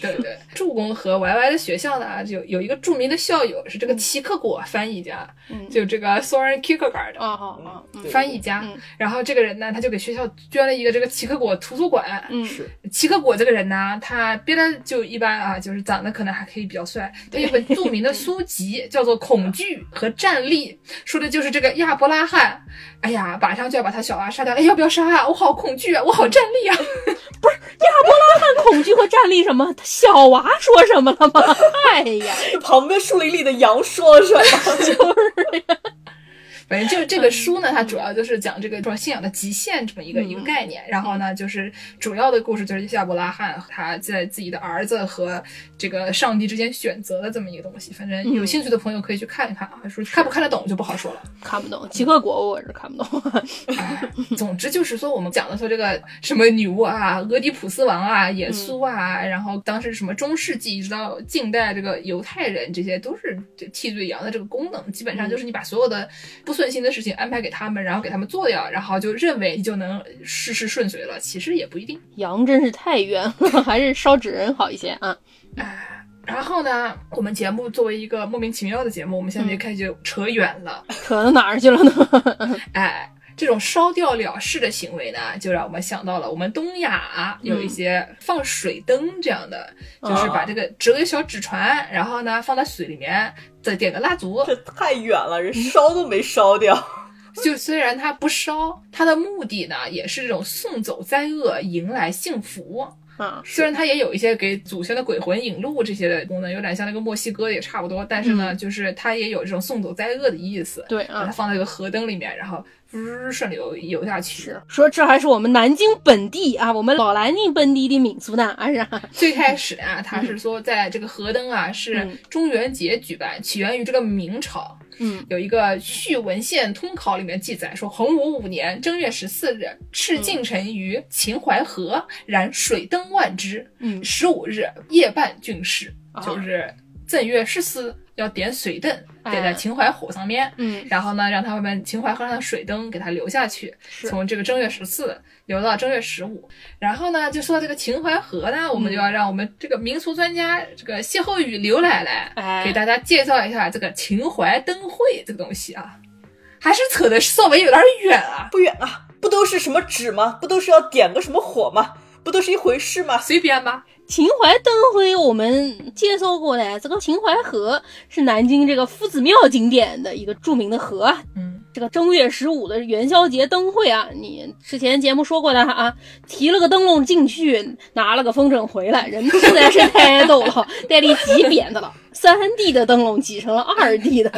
对对。助攻和 YY 的学校呢，就有一个著名的校友是这个齐克果翻译家，嗯，就这个 Soren Kierkegaard 啊好啊，嗯对翻译家。嗯然后这个人呢，他就给学校捐了一个这个齐克果图书馆。嗯，是，齐克果这个人呢，他编的就一般啊，就是长得可能还可以比较帅。他有一本著名的书籍叫做《恐惧和战栗》，说的就是这个亚伯拉罕。哎呀，马上就要把他小娃杀掉，哎，要不要杀啊？我好恐惧啊，我好战栗啊！ [LAUGHS] 看恐惧和战栗什么？小娃说什么了吗？ [LAUGHS] 哎呀，旁边树林里的羊说了什么？反正就是这个书呢，它主要就是讲这个说信仰的极限这么一个、一个概念。然后呢，就是主要的故事就是亚伯拉罕他在自己的儿子和这个上帝之间选择的这么一个东西。反正有嗯兴趣的朋友可以去看一看啊，说看不看得懂就不好说了。看不懂，极恶果我是看不懂。 [LAUGHS] 哎，总之就是说，我们讲的说这个什么女巫啊、俄狄浦斯王啊、耶稣啊，然后当时什么中世纪一直到近代这个犹太人，这些都是这替罪羊的这个功能，基本上就是你把所有的不顺心的事情安排给他们，然后给他们做掉，然后就认为你就能事事顺遂了，其实也不一定。羊真是太冤了，还是烧纸人好一些啊。然后呢，我们节目作为一个莫名其妙的节目，我们现在就开始扯远了。扯到哪儿去了呢？ [LAUGHS] 哎，这种烧掉了事的行为呢，就让我们想到了我们东亚啊有一些放水灯这样的，就是把这个折个小纸船，然后呢放在水里面，再点个蜡烛。这太远了，人烧都没烧掉。就虽然它不烧，它的目的呢也是这种送走灾厄，迎来幸福。啊，虽然它也有一些给祖先的鬼魂引路这些的功能，有点像那个墨西哥也差不多，但是呢，就是它也有这种送走灾厄的意思。对把它啊，放在一个河灯里面，然后呜顺流游下去。是说这还是我们南京本地啊，我们老南京本地的民俗呢，啊是啊最开始啊，他是说在这个河灯啊是嗯中元节举办，起源于这个明朝。嗯，有一个《续文献通考》里面记载说，洪武五年正月十四日，赤禁臣于秦淮河燃水灯万支，嗯十五日夜半郡事啊，就是正月十四要点水灯，点在哎秦淮河上面。嗯然后呢，让他们秦淮河上的水灯给它流下去，是从这个正月十四流到正月十五。然后呢，就说到这个秦淮河呢，我们就要嗯让我们这个民俗专家这个歇后语刘奶奶、哎给大家介绍一下这个秦淮灯会这个东西啊，还是扯的稍微有点远啊，不远啊，不都是什么纸吗？不都是要点个什么火吗？不都是一回事吗？随便吧。秦淮灯会我们介绍过的，这个秦淮河是南京这个夫子庙景点的一个著名的河啊，嗯，这个正月十五的元宵节灯会啊，你之前节目说过的啊，提了个灯笼进去，拿了个风筝回来，人实在是太逗了，带力挤扁的了。三 D 的灯笼挤成了二 D 的，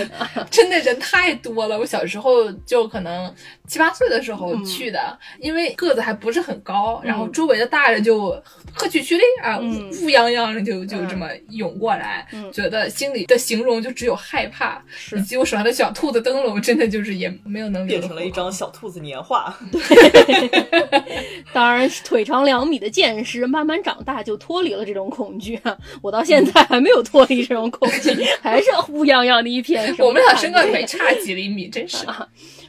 真的人太多了。我小时候就可能七八岁的时候去的，因为个子还不是很高，然后周围的大人就呵气屈嘞啊，嗯乌乌泱泱的就就这么涌过来，嗯觉得心里的形容就只有害怕，是以及我手上的小兔子灯笼，真的就是也没有能留变得成了一活张小兔子年画，当然，腿长两米的剑士慢慢长大就脱离了这种恐惧啊！我到现在还没有脱离这种恐惧，还是乌泱泱的一片。 [LAUGHS] 我们俩身高也没差几厘米，真是。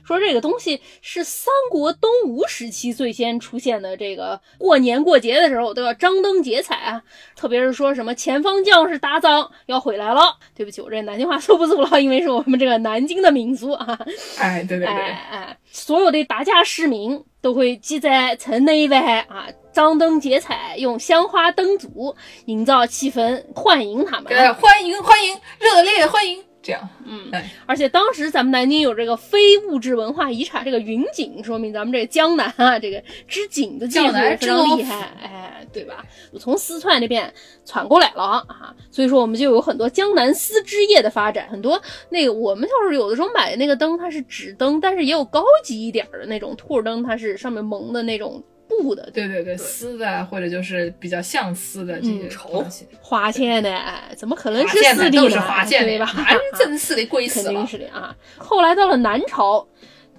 说这个东西是三国东吴时期最先出现的，这个过年过节的时候都要张灯结彩啊，特别是说什么前方将士打仗要回来了。对不起，我这南京话说不足了，因为是我们这个南京的民俗啊。哎，对对对，哎哎，所有的打架市民都会挤在城内外啊，张灯结彩，用香花灯烛营造气氛，欢迎他们。啊给大家欢迎欢迎，热烈的欢迎，这样嗯哎，而且当时咱们南京有这个非物质文化遗产，这个云锦，说明咱们这个江南啊，这个织锦的技术江南非常之厉王害，哎，对吧？我从四川那边传过来了啊，所以说我们就有很多江南丝织业的发展，很多那个我们小时候有的时候买的那个灯，它是纸灯，但是也有高级一点儿的那种兔儿灯，它是上面蒙的那种布的，对对对，丝的或者就是比较像丝的这些嗯东西，花钱的，哎，怎么可能华是建四的 D 都呢是华建对的，哎吧？哪 [LAUGHS] 是真四的贵肯死定了？是的啊。后来到了南朝，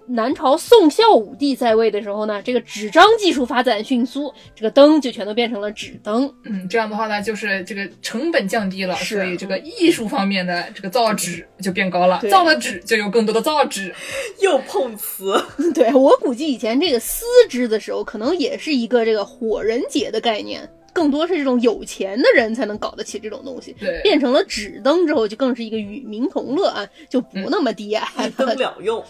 南朝宋孝武帝在位的时候呢，这个纸张技术发展迅速，这个灯就全都变成了纸灯。嗯，这样的话呢，就是这个成本降低了，是啊嗯所以这个艺术方面的这个造纸就变高了对，造了纸就有更多的造纸。又碰瓷， [LAUGHS] 对我估计以前这个丝织的时候，可能也是一个这个火人节的概念。更多是这种有钱的人才能搞得起这种东西，对变成了纸灯之后，就更是一个与民同乐啊，就不那么 [LAUGHS] 低矮啊一了。灯两用。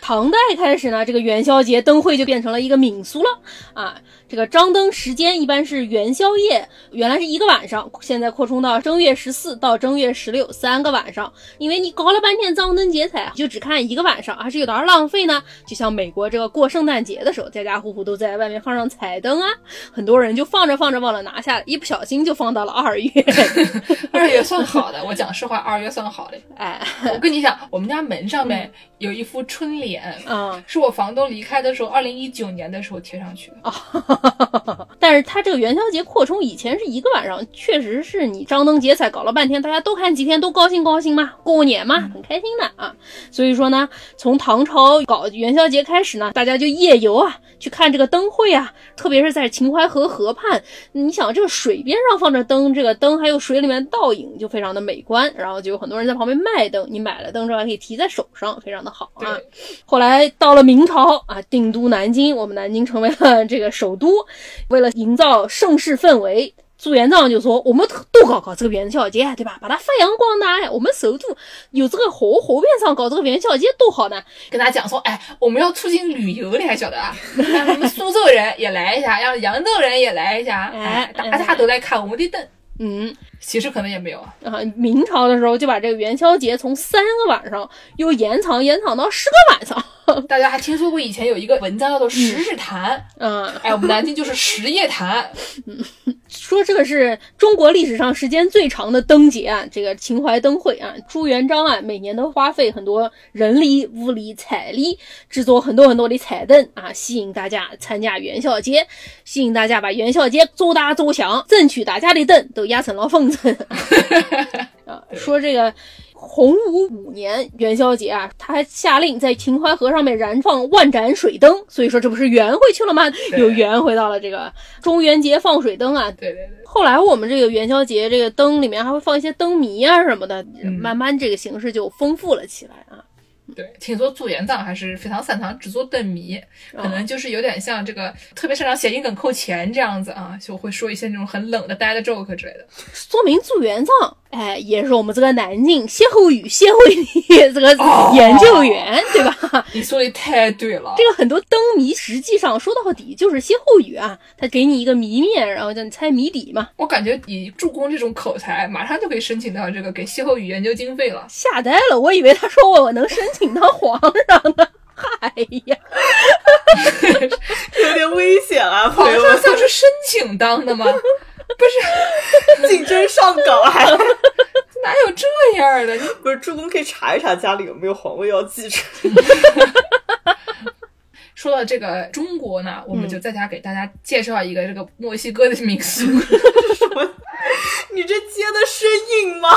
唐代开始呢，这个元宵节灯会就变成了一个民俗了啊。这个张灯时间一般是元宵夜，原来是一个晚上，现在扩充到正月十四到正月十六三个晚上。因为你搞了半天张灯结彩，就只看一个晚上，还是有点儿浪费呢。就像美国这个过圣诞节的时候，家家户户都在外面放上彩灯啊，很多人就放着放着忘了拿下，一不小心就放到了二月。 [LAUGHS] 二月算好的，我讲实话，二月算 [LAUGHS] 好的。哎，我跟你讲，我们家门上面有一幅春联，嗯。是我房东离开的时候，二零一九年的时候贴上去的。哦但是它这个元宵节扩充以前是一个晚上，确实是你张灯结彩搞了半天，大家都看几天，都高兴高兴嘛，过年嘛，很开心的啊。所以说呢，从唐朝搞元宵节开始呢，大家就夜游啊，去看这个灯会啊，特别是在秦淮河河畔，你想这个水边上放着灯，这个灯还有水里面倒影，就非常的美观。然后就有很多人在旁边卖灯，你买了灯之后还可以提在手上，非常的好啊。对，后来到了明朝啊，定都南京，我们南京成为了这个首都。为了营造盛世氛围，朱元璋就说：“我们都搞搞这个元宵节，对吧？把它发扬光大呀！我们首都有这个河河边上搞这个元宵节多好呢！跟他讲说，哎，我们要促进旅游的，还晓 [LAUGHS] 得啊？让我们苏州人也来一下，让扬州人也来一下，哎哎，大家都来看我们的灯。嗯，其实可能也没有啊，啊，明朝的时候就把这个元宵节从三个晚上又延长延长到十个晚上。大家还听说过以前有一个文章叫做《十日谈》，嗯，哎，我们南京就是十夜谈，说这个是中国历史上时间最长的灯节啊，这个秦淮灯会啊，朱元璋啊，每年都花费很多人力、物力、财力，制作很多很多的彩灯啊，吸引大家参加元宵节，吸引大家把元宵节做大做强，争取大家的灯都压成了风筝。啊，说这个洪武五年元宵节啊，他还下令在秦淮河上面燃放万盏水灯，所以说这不是圆回去了吗？对又圆回到了这个中元节放水灯啊，对对对，后来我们这个元宵节这个灯里面还会放一些灯谜啊什么的，嗯慢慢这个形式就丰富了起来啊。对，听说朱元璋还是非常擅长制作灯谜，可能就是有点像这个特别擅长谐音梗扣钱这样子啊，就会说一些那种很冷的 dad joke 之类的。说明朱元璋，哎，也是我们这个南京歇后语 [LAUGHS] 协会的这个哦研究员，对吧？你说的太对了这，个很多灯谜实际上说到底就是歇后语啊，他给你一个谜面，然后叫你猜谜底嘛。我感觉以助攻这种口才，马上就可以申请到这个给歇后语研究经费了。吓呆了，我以为他说我能申请当皇上呢。 [LAUGHS] 嗨呀，有点危险啊，皇朋友上们，算是申请当的吗？不是，竞争上岗还哪有这样的？你 [LAUGHS] 不是助攻可以查一查家里有没有皇位要继承。说到这个中嗯 [LAUGHS] 国呢，我们就在家给大家介绍一个这个墨西哥的民俗。你这接的生硬吗？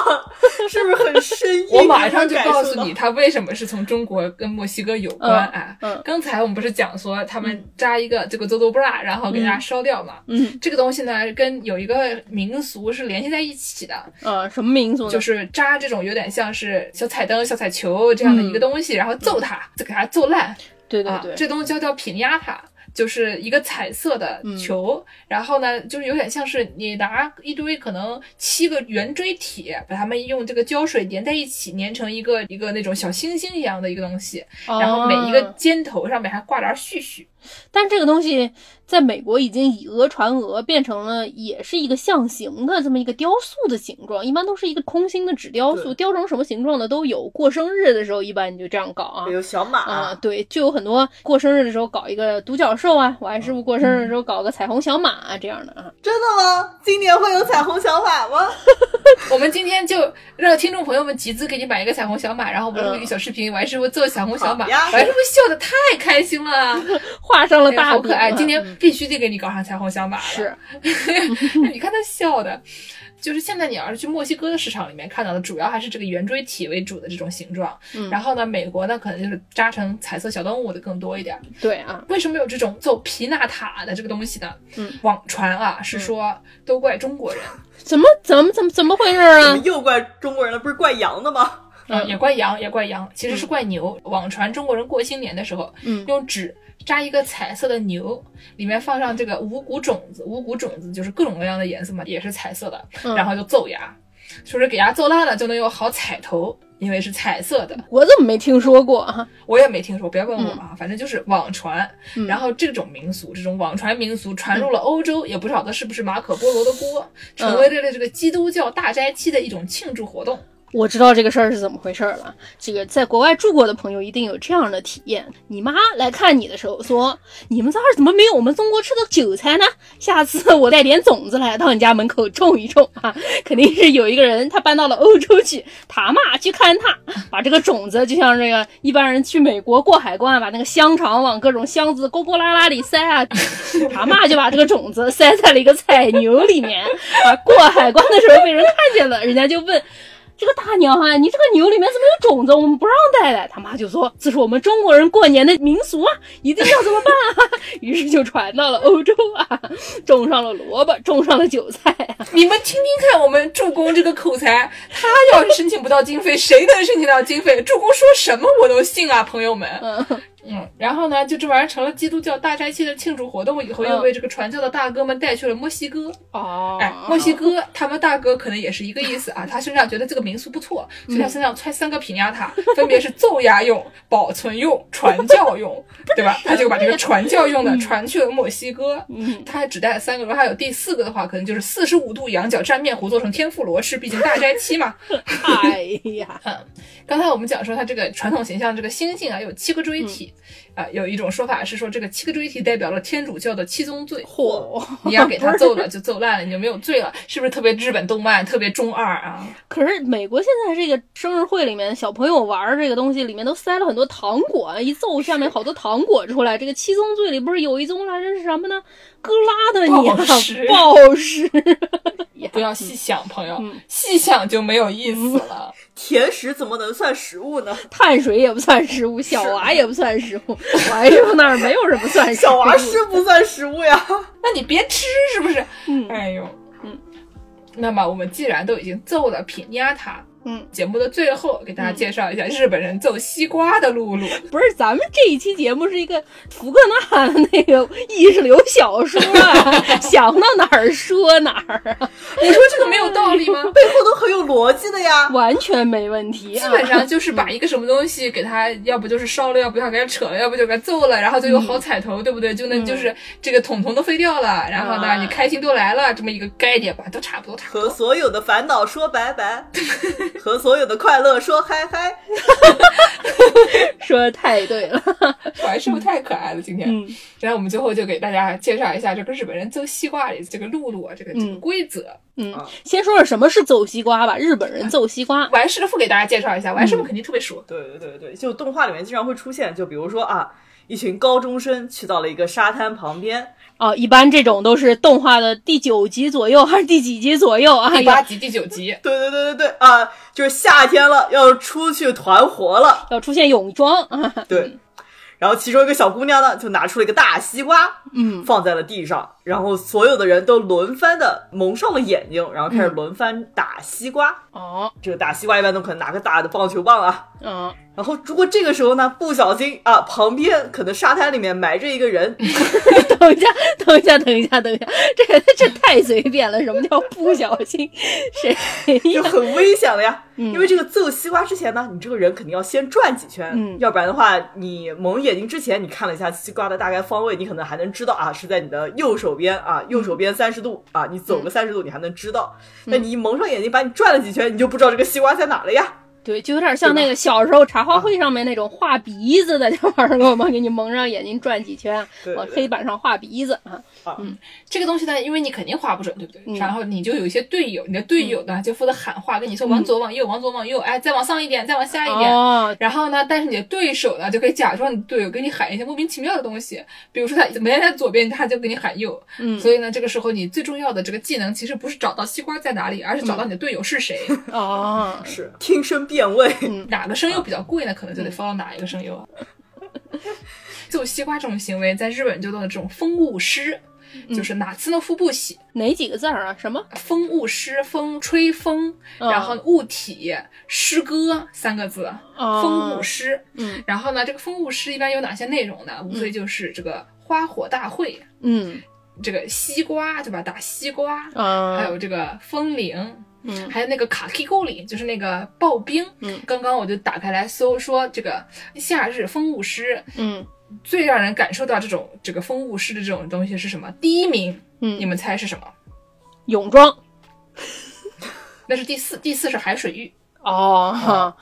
是不是很生硬？啊我马上就告你能诉感你，受到，它为什么是从中国跟墨西哥有关嗯啊？嗯刚才我们不是讲说他们扎一个这个 Zozo bra，然后给大家烧掉嘛？嗯这个东西呢，跟有一个民俗是联系在一起的，呃，什么民族呢？就是扎这种有点像是小彩灯、小彩球这样嗯的一个东西，然后揍它，就给它揍烂对对啊对，。这东西叫叫品压塔。就是一个彩色的嗯球，然后呢，就是有点像是你拿一堆可能七个圆锥铁，把它们用这个胶水粘在一起，粘成一个一个那种小星星一样的一个东西，然后每一个哦，尖头上面还挂点絮絮。但这个东西在美国已经以讹传讹，变成了也是一个象形的这么一个雕塑的形状，一般都是一个空心的纸雕塑，对雕成什么形状的都有。过生日的时候，一般你就这样搞啊比。如小马、啊，对，就有很多过生日的时候搞一个独角兽啊，我爱嗯师傅过生日的时候搞个彩虹小马啊，这样的啊，真的吗？今年会有彩虹小马吗？我们今天就让听众朋友们集资给你买一个彩虹小马，然后我们录一个嗯小视频，王师傅做彩虹小马，哎好呀王师傅笑的太开心了， [LAUGHS] 画上了哎呀大好饼可啊、爱！今天必须得给你搞上彩虹小马了。是， [LAUGHS] 哎你看他笑的，就是现在你要是去墨西哥的市场里面看到的，主要还是这个圆锥体为主的这种形状。嗯然后呢，美国呢可能就是扎成彩色小动物的更多一点。对啊，为什么有这种做皮纳塔的这个东西呢？嗯，网传啊是说都怪中国人，怎么怎么怎么怎么回事我们啊？又怪中国人了，不是怪羊的吗？嗯啊也怪羊，也怪羊，其实是怪牛。网传中国人过新年的时候，嗯用纸扎一个彩色的牛，里面放上这个五谷种子，五谷种子就是各种各样的颜色嘛，也是彩色的，嗯然后就揍牙，说是给牙揍烂了就能有好彩头，因为是彩色的。我怎么没听说过啊？我也没听说，不要问我啊，反正就是网传。嗯然后这种民俗，这种网传民俗传入了欧洲，也不晓得是不是马可波罗的锅，嗯成为了这个基督教大斋期的一种庆祝活动。我知道这个事儿是怎么回事儿了。这个在国外住过的朋友一定有这样的体验：你妈来看你的时候说：“你们这儿怎么没有我们中国吃的韭菜呢？下次我带点种子来到你家门口种一种啊！” [LAUGHS] 肯定是有一个人他搬到了欧洲去，他妈去看他，把这个种子就像这个一般人去美国过海关，把那个香肠往各种箱子勾勾拉拉里塞啊， [LAUGHS] 他妈就把这个种子塞在了一个菜牛里面啊。过海关的时候被人看见了，人家就问。这个大娘啊，你这个牛里面怎么有种子？我们不让带来。他妈就说这是我们中国人过年的民俗啊，一定要这么 [LAUGHS] 办啊。于是就传到了欧洲啊，种上了萝卜，种上了韭菜 [LAUGHS] 啊。你们听听看，我们助攻这个口才，他要是申请不到经费，谁能申请到经费？助攻说什么我都信啊，朋友们。嗯嗯，然后呢，就这玩意儿成了基督教大斋期的庆祝活动，以后嗯又被这个传教的大哥们带去了墨西哥。哦哎，墨西哥他们大哥可能也是一个意 [LAUGHS] 思啊，他身上觉得这个民俗不错，嗯所以他身上揣三个平压塔， [LAUGHS] 分别是奏牙用、保存用、传教 [LAUGHS] 用，对吧？他就把这个传教用的传去了墨西哥。嗯他还只带了三个，如果他有第四个的话，可能就是四十五度仰角蘸面糊做成天妇罗吃，毕竟大斋期 [LAUGHS] 嘛。哎呀，刚才我们讲说，它这个传统形象这个星星啊，有七个锥体，嗯啊、有一种说法是说这个七个锥体代表了天主教的七宗罪。嚯！ [LAUGHS] 你要给他揍 [LAUGHS] 了就揍烂了，你就没有罪了，是不是特别日本动漫，特别中二 [LAUGHS] 啊？可是美国现在这个生日会里面，小朋友玩儿这个东西里面都塞了很多糖果，一揍下面好多糖果出来。这个七宗罪里不是有一宗来着是什么呢？哥拉的你啊暴食，暴食。呀不要细想，朋友，嗯细想就没有意思了。甜食怎么能算食物呢？碳水也不算食物，小娃也不算食物，我还说那儿没有什么算食物。小娃是不算食物呀。 [LAUGHS] 那你别吃，是不是？嗯哎呦，嗯。那么我们既然都已经揍了品尼亚塔，嗯，节目的最后给大家介绍一下日本人揍西瓜的露 [LAUGHS] 露。不是咱们这一期节目是一个福克纳的那个意识流小说啊，想到哪儿说哪儿啊，你说这个没有道理吗？背后都很有逻辑的呀。完全没问题基啊。本 [LAUGHS] 上就是把一个什么东西给它，要不就是烧了，要不要给它扯了，要不就给它揍了，然后就有嗯好彩头，对不对？就那就是这个桶桶都飞掉了，然后啊呢，你开心都来了，这么一个概念吧，都差不多，差不和多。所有的烦恼说拜拜，和所有的快乐说嗨嗨。说的太对了，玩是不是太可爱了？今天，嗯然后我们最后就给大家介绍一下这个日本人揍西瓜里这个露露啊，这个这个嗯规则。嗯啊，先说说什么是揍西瓜吧，日本人揍西瓜。完嗯师傅给大家介绍一下，完师傅肯定特别熟。对对对对，就动画里面经常会出现，就比如说啊，一群高中生去到了一个沙滩旁边，哦，一般这种都是动画的第九集左右还是第几集左右啊？第要八集、第九集，对对对对对啊，就是夏天了，要出去团活了，要出现泳装啊？对。然后其中一个小姑娘呢，就拿出了一个大西瓜，嗯，放在了地上，然后所有的人都轮番的蒙上了眼睛，然后开始轮番打西瓜。哦，这个打西瓜一般都可能拿个大的棒球棒啊，嗯，然后如果这个时候呢，不小心啊，旁边可能沙滩里面埋着一个 [LAUGHS] 人，等一下，等一下，等一下，等一下，这这太随便了。什么叫不小心？谁就很危险了呀。嗯因为这个揍西瓜之前呢，你这个人肯定要先转几圈，嗯要不然的话，你蒙眼睛之前，你看了一下西瓜的大概方位，你可能还能知道啊，是在你的右手边嗯啊，右手边三十度啊，你走个三十度，你还能知道。嗯那、你一蒙上眼睛，把你转了几圈，你就不知道这个西瓜在哪了呀。对，就有点像那个小时候茶话会上面那种画鼻子的，就玩意儿，我们给你蒙上眼睛转几圈，对往对黑板上画鼻子啊。这个东西呢，因为你肯定划不准，对不对？嗯然后你就有一些队友，你的队友呢就负责喊话，跟你说往左、往右、往左、往右，哎，再往上一点，再往下一点。嗯哦，然后呢，但是你的对手呢，就可以假装你的队友给你喊一些莫名其妙的东西，比如说他没在左边，他就给你喊右。嗯所以呢，这个时候你最重要的这个技能其实不是找到西瓜在哪里，而是找到你的队友是谁，哦，是听声辨位， [LAUGHS] 嗯哪个声优比较贵呢，可能就得放到哪一个声优啊。就西瓜这种行为，在日本就叫做这种风物诗，嗯就是哪次呢夫不喜。哪几个字儿啊？什么？风物诗，风吹风，嗯然后物体、诗歌三个字，哦风物诗。嗯然后呢，这个风物诗一般有哪些内容呢？无非就是这个花火大会，嗯这个西瓜对吧？打西瓜，还啊有这个风铃。嗯还有那个卡 K 沟里，就是那个刨冰。嗯，刚刚我就打开来搜，说这个夏日风物诗嗯最让人感受到这种这个风物诗的这种东西是什么？第一名，你嗯，们猜是什么？泳装那是第四，第四是海水浴。哦，哈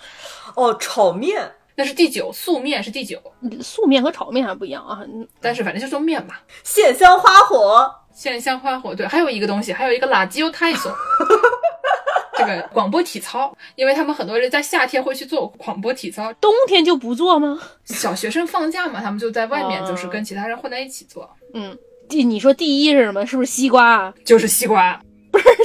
哦，炒面。那是第九，素面是第九，素面和炒面还不一样啊。但是反正就说面吧。线香花火，线香花火，对，还有一个东西，还有一个垃圾油太 [LAUGHS] 松。这个广播体操，因为他们很多人在夏天会去做广播体操，冬天就不做吗？小学生放假嘛，他们就在外面，哦就是跟其他人混在一起做，嗯，第你说第一是什么？是不是西瓜啊？就是西瓜。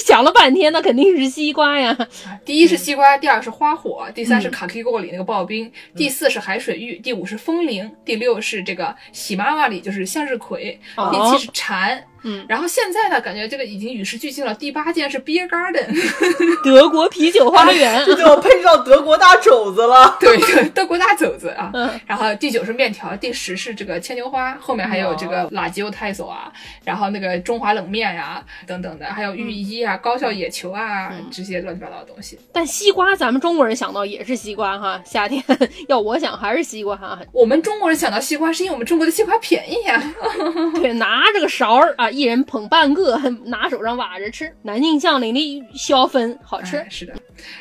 想了半天，那肯定是西瓜 [LAUGHS] 呀。第一是西瓜，第二是花火，第三是卡 K 锅里那个刨冰，第四是海水浴，第五是风铃，第六是这个喜妈妈里就是向日葵，哦第七是蝉。嗯，然后现在呢，感觉这个已经与时俱进了。第八件是 Beer Garden。德国啤酒花哎园。这就要配上德国大肘子了。对对， [LAUGHS] 德国大肘子啊。嗯然后第九是面条，第十是这个牵牛花，后面还有这个辣鸡油太索啊，然后那个中华冷面呀、等等的，还有浴衣啊、高校野球啊、这些乱七八糟的东西。但西瓜，咱们中国人想到也是西瓜哈，夏天要我想还是西瓜哈。我们中国人想到西瓜，是因为我们中国的西瓜便宜啊呀、对，拿着个勺儿啊，一人捧半个， [LAUGHS] 拿手上挖着吃。南京巷里的小粉好吃。哎是的。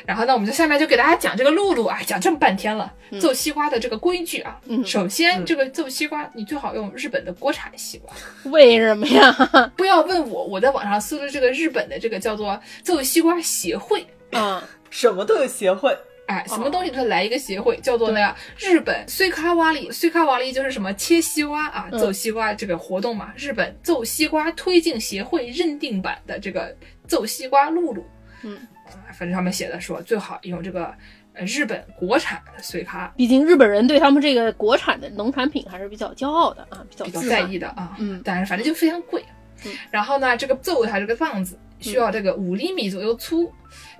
然后呢，我们就下面就给大家讲这个露露啊，讲这么半天了，揍西瓜的这个规矩啊。嗯首先，嗯这个揍西瓜你最好用日本的国产西瓜。为什么呀？ [LAUGHS] 不要问我，我在网上搜了这个日本的这个叫做揍西瓜协会，啊，什么都有协会，哎，哦什么东西都来一个协会，叫做那个日本碎卡瓦里，碎卡瓦里就是什么切西瓜啊、嗯揍西瓜这个活动嘛。日本揍西瓜推进协会认定版的这个揍西瓜露露，嗯啊，反正上面写的说最好用这个呃日本国产的碎卡，毕竟日本人对他们这个国产的农产品还是比较骄傲的啊，比较比较自在豪。意的啊，嗯但是反正就非常贵。嗯然后呢，这个揍它这个棒子需要这个五厘米左右粗，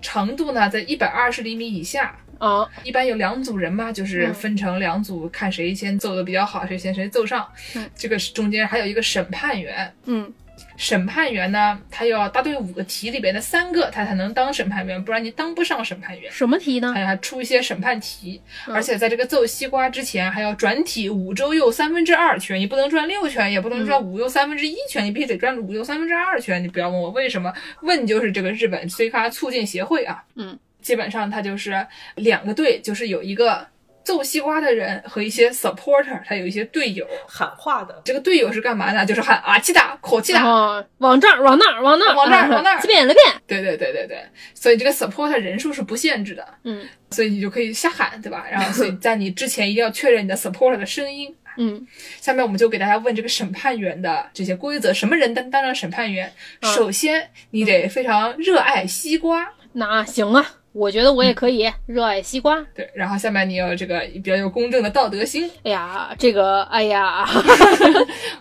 长度呢在一百二十厘米以下。啊，一般有两组人嘛，就是嗯分成两组，看谁先揍的比较好，谁先谁揍上。嗯这个是中间还有一个审判员，嗯审判员呢，他要答对五个题里边的三个，他才能当审判员，不然你当不上审判员。什么题呢还？有还出一些审判题，嗯而且在这个揍西瓜之前，还要转体五周右三分之二圈，你不能转六圈，也不能转嗯五右三分之一圈，你必须得转五右三分之二圈。你不要问我为什么，问就是这个日本碎咖促进协会啊，嗯，基本上它就是两个队，就是有一个揍西瓜的人和一些 supporter，他有一些队友。喊话的。这个队友是干嘛呢？就是喊啊气打，口气打，啊，往这儿，往那儿，往那儿，啊往那儿往那儿这边了边。对对对对对，所以这个 supporter 人数是不限制的。嗯 [LAUGHS] 所以你就可以瞎喊，对吧？然后，所以在你之前一定要确认你的 supporter 的声音，嗯，下面我们就给大家问这个审判员的这些规则，什么人担当上审判员？嗯首先，你得非常热爱西瓜，那行啊，我觉得我也可以热爱西瓜。对，然后下面你有这个比较有公正的道德心。哎呀，这个，哎 [LAUGHS] 呀，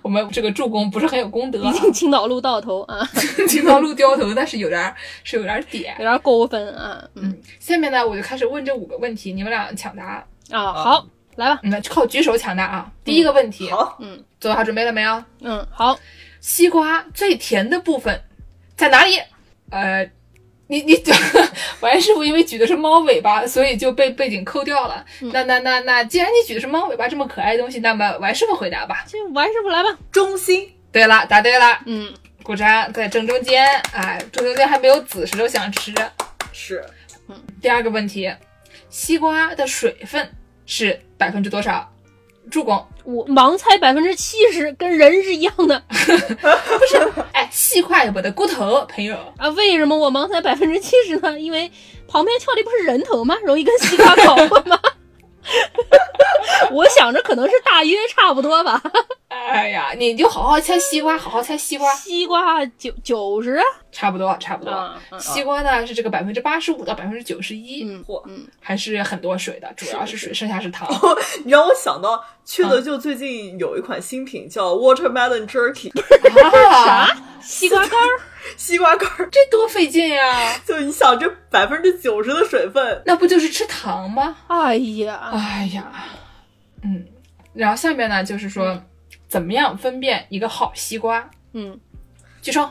我们这个助攻不是很有功德、已啊，经青岛路到头啊， [LAUGHS] 经常路掉头，但是有点儿是有点儿点有。点过分啊。嗯嗯，下面呢，我就开始问这五个问题，你们俩抢答，啊，好，来吧。嗯，靠举手抢答啊。第一个问题，好，做好准备了没有？嗯，好，西瓜最甜的部分在哪里？呃，你你 [LAUGHS] 王师傅因为举的是猫尾巴，所以就被背景扣掉了。那那那那，既然你举的是猫尾巴这么可爱的东西，那么王师傅回答吧。这王师傅来吧。中心对了，答对了，嗯，果渣在正中间，哎，正中间还没有籽时都想吃。是第二个问题，西瓜的水分是百分之多少？助攻，我盲猜百分之七十，跟人是一样的哎，细块我的骨头，朋友，啊。为什么我盲猜百分之七十呢？因为旁边翘的不是人头吗？容易跟西瓜搞混吗？ [LAUGHS] 我想着可能是大约差不多吧。哎呀，你就好好猜西瓜，好好猜西瓜，西瓜九九十差不多，差不多。啊，啊西瓜呢是这个百分之八十五到百分之九十一，嗯嚯！嗯，还是很多水的，主要是水，剩下是糖。你让我想到缺嗯德就最近有一款新品叫 Watermelon Jerky，啊， [LAUGHS] 西瓜干儿， [LAUGHS] 西瓜干儿。这多费劲 [LAUGHS] 呀、就你想这百分之九十的水分，那不就是吃糖吗？哎呀，哎呀，嗯，然后下面呢就是说，怎么样分辨一个好西瓜？嗯，举手。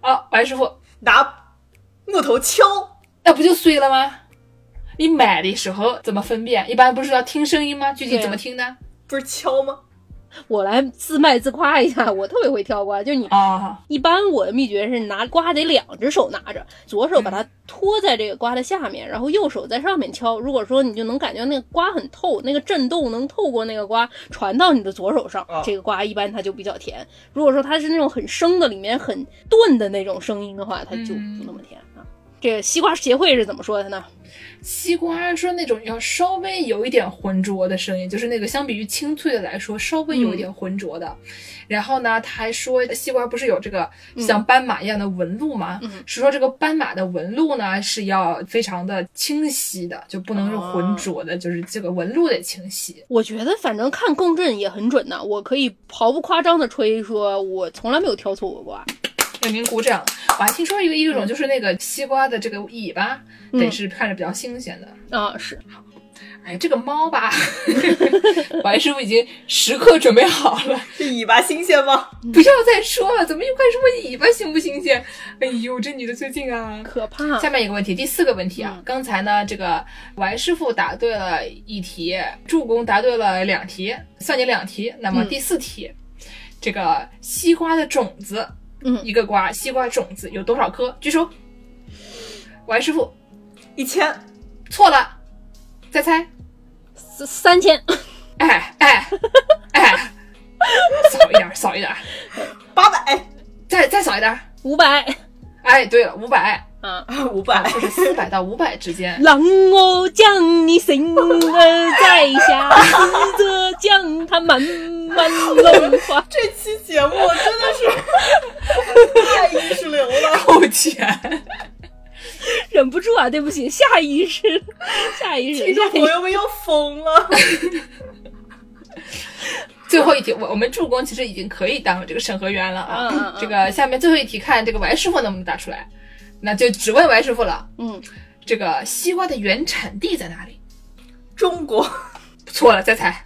啊，白师傅，拿木头敲，那不就碎了吗？你买的时候怎么分辨？一般不是要听声音吗？具体对啊怎么听呢？不是敲吗？我来自卖自夸一下，我特别会挑瓜，就是你。啊，一般我的秘诀是拿瓜得两只手拿着，左手把它托在这个瓜的下面，然后右手在上面敲。如果说你就能感觉那个瓜很透，那个震动能透过那个瓜传到你的左手上哦，这个瓜一般它就比较甜。如果说它是那种很生的，里面很钝的那种声音的话，它就嗯不那么甜啊。这个西瓜协会是怎么说的呢？西瓜说那种要稍微有一点浑浊的声音，就是那个相比于清脆的来说，稍微有一点浑浊的。嗯然后呢，他还说西瓜不是有这个像斑马一样的纹路吗？嗯是说这个斑马的纹路呢是要非常的清晰的，就不能是浑浊的，就是这个纹路得清晰。我觉得反正看共振也很准呐、我可以毫不夸张的吹说，我从来没有挑错过瓜。为您鼓掌。我还听说一个一种就是那个西瓜的这个尾巴、嗯得是看着比较新鲜的。啊，是哎，这个猫吧， [LAUGHS] 白师傅已经时刻准备好了。这尾巴新鲜吗？不要再说了，怎么又开始问尾巴新不新鲜？哎呦，这女的最近啊。可怕。下面一个问题，第四个问题啊，嗯刚才呢，这个王师傅答对了一题，助攻答对了两题，算你两题。那么嗯第四题，这个西瓜的种子，嗯一个瓜，西瓜种子有多少颗？举手。王师傅一千错了，再猜。三三千，哎哎 [LAUGHS] 哎，扫一点，扫一点，八 [LAUGHS] 百再再扫一点。五百哎，对了，五百。啊！五百啊，就是四百到五百之 [LAUGHS] 间。让我将你心儿摘下，试着将它慢慢融化。这期节目真的是 [LAUGHS] 太意识流了。扣钱，忍不住啊，对不起，下意识，下意识， [LAUGHS] 听下意众朋识。友们要疯了，最后一题，我我们助攻其实已经可以当这个审核员了啊。嗯嗯嗯这个下面最后一题，看这个王师傅能不能答出来，那就只问王师傅了。嗯，这个西瓜的原产地在哪里？中国错了，再猜。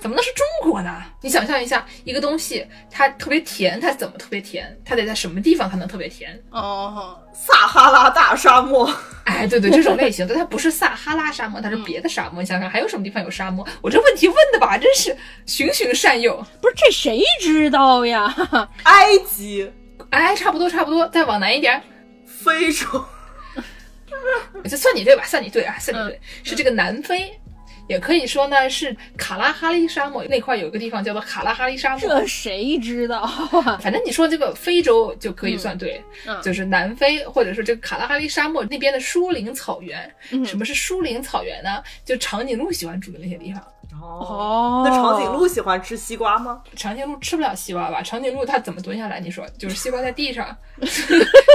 怎么能是中国呢？你想象一下，一个东西它特别甜，它怎么特别甜？它得在什么地方才能特别甜？哦，撒哈拉大沙漠，哎，对对，这种类型，但它不是撒哈拉沙漠，嗯它是别的沙漠。你想想，还有什么地方有沙漠？我这问题问的吧，真是循循善诱。不是这谁知道 [LAUGHS] 呀？埃及、哎，差不多，差不多，再往南一点儿，非洲、嗯就算你对吧，算你对啊，算你对，是这个南非，也可以说呢是卡拉哈利沙漠那块有一个地方叫做卡拉哈利沙漠这。谁知道啊？反正你说这个非洲就可以算对，嗯就是南非或者说这个卡拉哈利沙漠那边的疏林草原。嗯什么是疏林草原呢？就长颈鹿喜欢住的那些地方。哦，哦，那长颈鹿喜欢吃西瓜吗？长颈鹿吃不了西瓜吧？长颈鹿它怎么蹲下来？你说，就是西瓜在地 [LAUGHS] 上，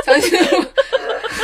长颈鹿。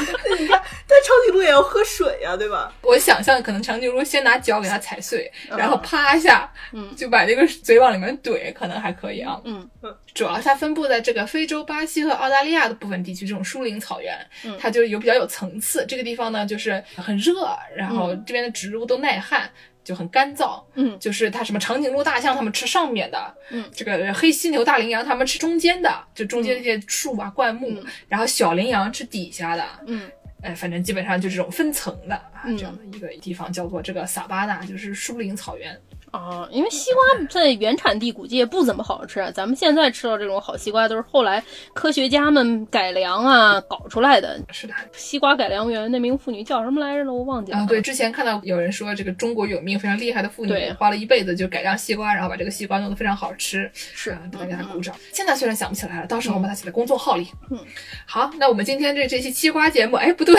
但长颈鹿也要喝水呀、对吧？我想象可能长颈鹿先拿脚给它踩碎，嗯然后啪一下，就把这个嘴往里面怼，可能还可以啊。嗯，主要它分布在这个非洲、巴西和澳大利亚的部分地区，这种疏林草原，嗯它就有比较有层次。这个地方呢，就是很热，然后这边的植物都耐旱。就很干燥，嗯就是它什么长颈鹿、大象，它们吃上面的，嗯这个黑犀牛、大羚羊，它们吃中间的，就中间这些树啊、灌木，然后小羚羊吃底下的，嗯哎，反正基本上就这种分层的啊，嗯这样的一个地方叫做这个撒巴纳，就是疏林草原。哦，因为西瓜在原产地估计也不怎么好吃，啊咱们现在吃到这种好西瓜都是后来科学家们改良啊搞出来的。是的西瓜改良园那名妇女叫什么来着了？我忘记了。啊，对，之前看到有人说这个中国有名非常厉害的妇女对，花了一辈子就改良西瓜，然后把这个西瓜弄得非常好吃，是嗯啊，大家给他鼓掌。现在虽然想不起来了，到时候我们把它写在公众号里。嗯，好，那我们今天这这期西瓜节目，哎， [LAUGHS] 不对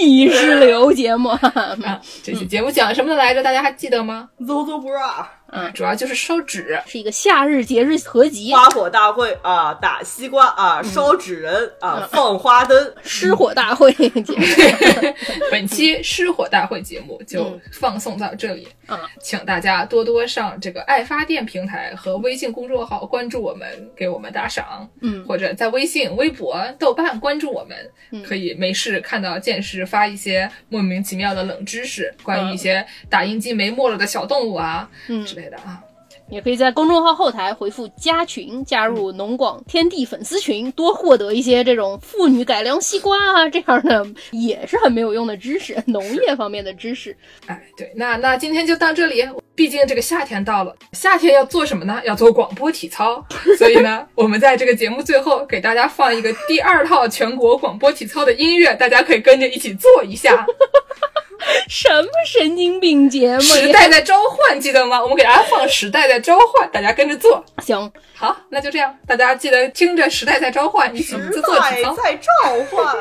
意识流节目，哈哈啊，这嗯期节目讲什么的来着？大家还记得吗？搜搜 bra 主要就是烧纸， [LAUGHS] 是一个夏日节日合集，花火大会啊，打西瓜啊，烧纸人啊，放花灯。失火大会节目。本期失火大会节目就放送到这里，嗯请大家多多上这个爱发电平台和微信公众号关注我们，给我们打赏，嗯或者在微信、微博、豆瓣关注我们，可以没事看到剑师发一些莫名其妙的冷知识，关于一些打印机没墨了的小动物啊、嗯之类的啊。也可以在公众号后台回复“加群”，加入农广天地粉丝群，多获得一些这种妇女改良西瓜啊这样的也是很没有用的知识，农业方面的知识。哎，对，那那今天就到这里。毕竟这个夏天到了，夏天要做什么呢？要做广播体操。所以呢，我们在这个节目最后给大家放一个第二套全国广播体操的音乐，大家可以跟着一起做一 [LAUGHS] 下。什么神经病节目时呀？代在召唤，记得吗？我们给大家放《时代在召唤》，大家跟着做。行，好，那就这样，大家记得听着《时代在召唤》，一起时做做体代操。在召唤，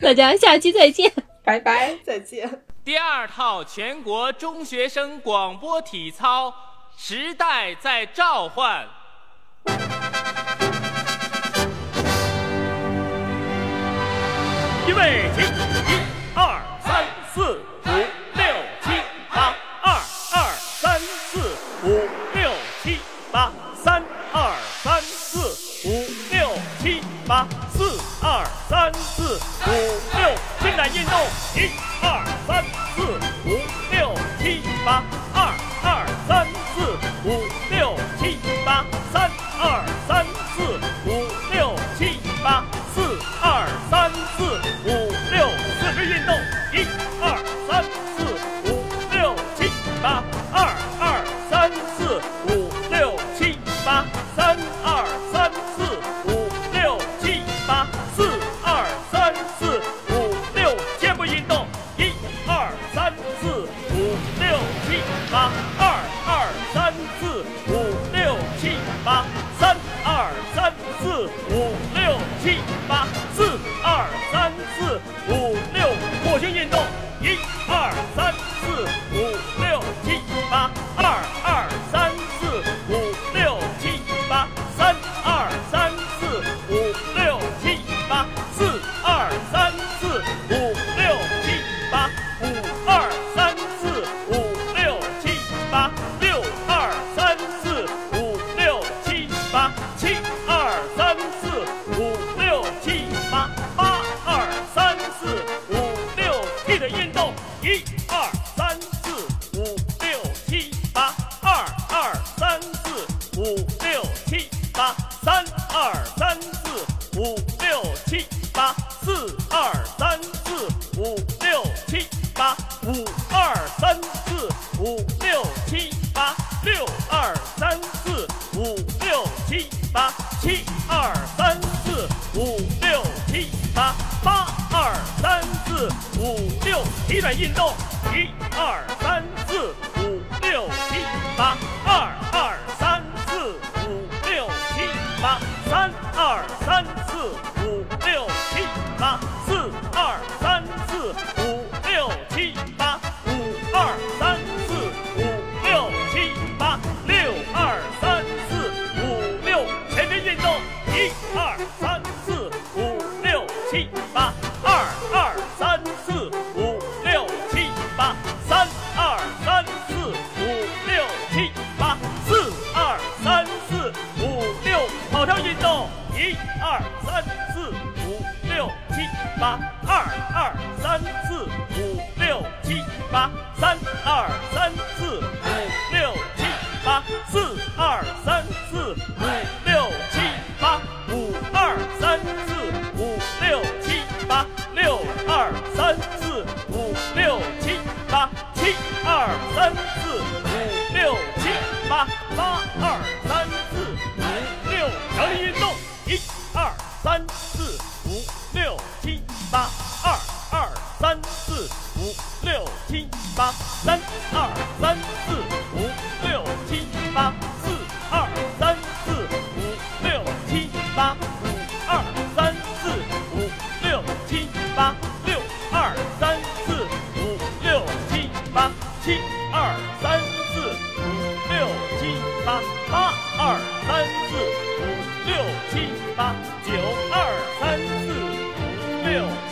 大家下期再见。拜拜。再见。第二套全国中学生广播体操，时代在召唤。预备起，一、二、三、四、五、六、七、八，二、二、三、四、五、六、七、八，三、二、三、四、五、六、七、八，四、二、三、四、五、六，伸展运动，一、二、三、四、五、六、七、八，二、二、三、四、五、六、七、八，三、二、三、四、五、六、七、八，四、二、三、四、五、六，四肢运动，一、二、三、四、五、六、七、八，二、二、三、四、五、六、七、八，三、二、三、四、五、六、七、八，四、二、三、四、五、六，肩部运动，一、二、三、四、五、六、七、八，二、二、三、四、五、六、七、八，三、二、三、四、五、六、七、八，四、二、三、四、五、六，火星运动，一、二、三、四、五、六、七、八，二、二、三、四、五、六、七、八，三、二、三、四、五、六、七、八，四、二、三、四、五、六、七、八，五、二、三、四、五、六、七、八，六、二、三、四、五、六、七、八，七、二、三、四、五、六、七、八，八、二、三、四、五、六，记得运动，一、二、三、四、五、六、七、八，二、二、三、四、五、六、七、八，三、二、三、四、五、六、七、八，四、二、三、四、五、六、七、八，五、二、三、四、五、六、七、八，六、二、三、四、五、六、七、八，七、二、三、四、五、六、七、八，八、二、三、四、五、六，体转运动，一、二、三、四、五、六、七、八，二、二、三、四、五、六、七、八，三、二、三、四、五、六、七、八，四、二、三、四、五、六、七、八，五、二、三、四、五。四五六七八，三二三四五六七八，四二三四五六七八，五二三四五六七八，六二三四五六七八，七二三四五六七八，八二三四五六七八，九二三四五六。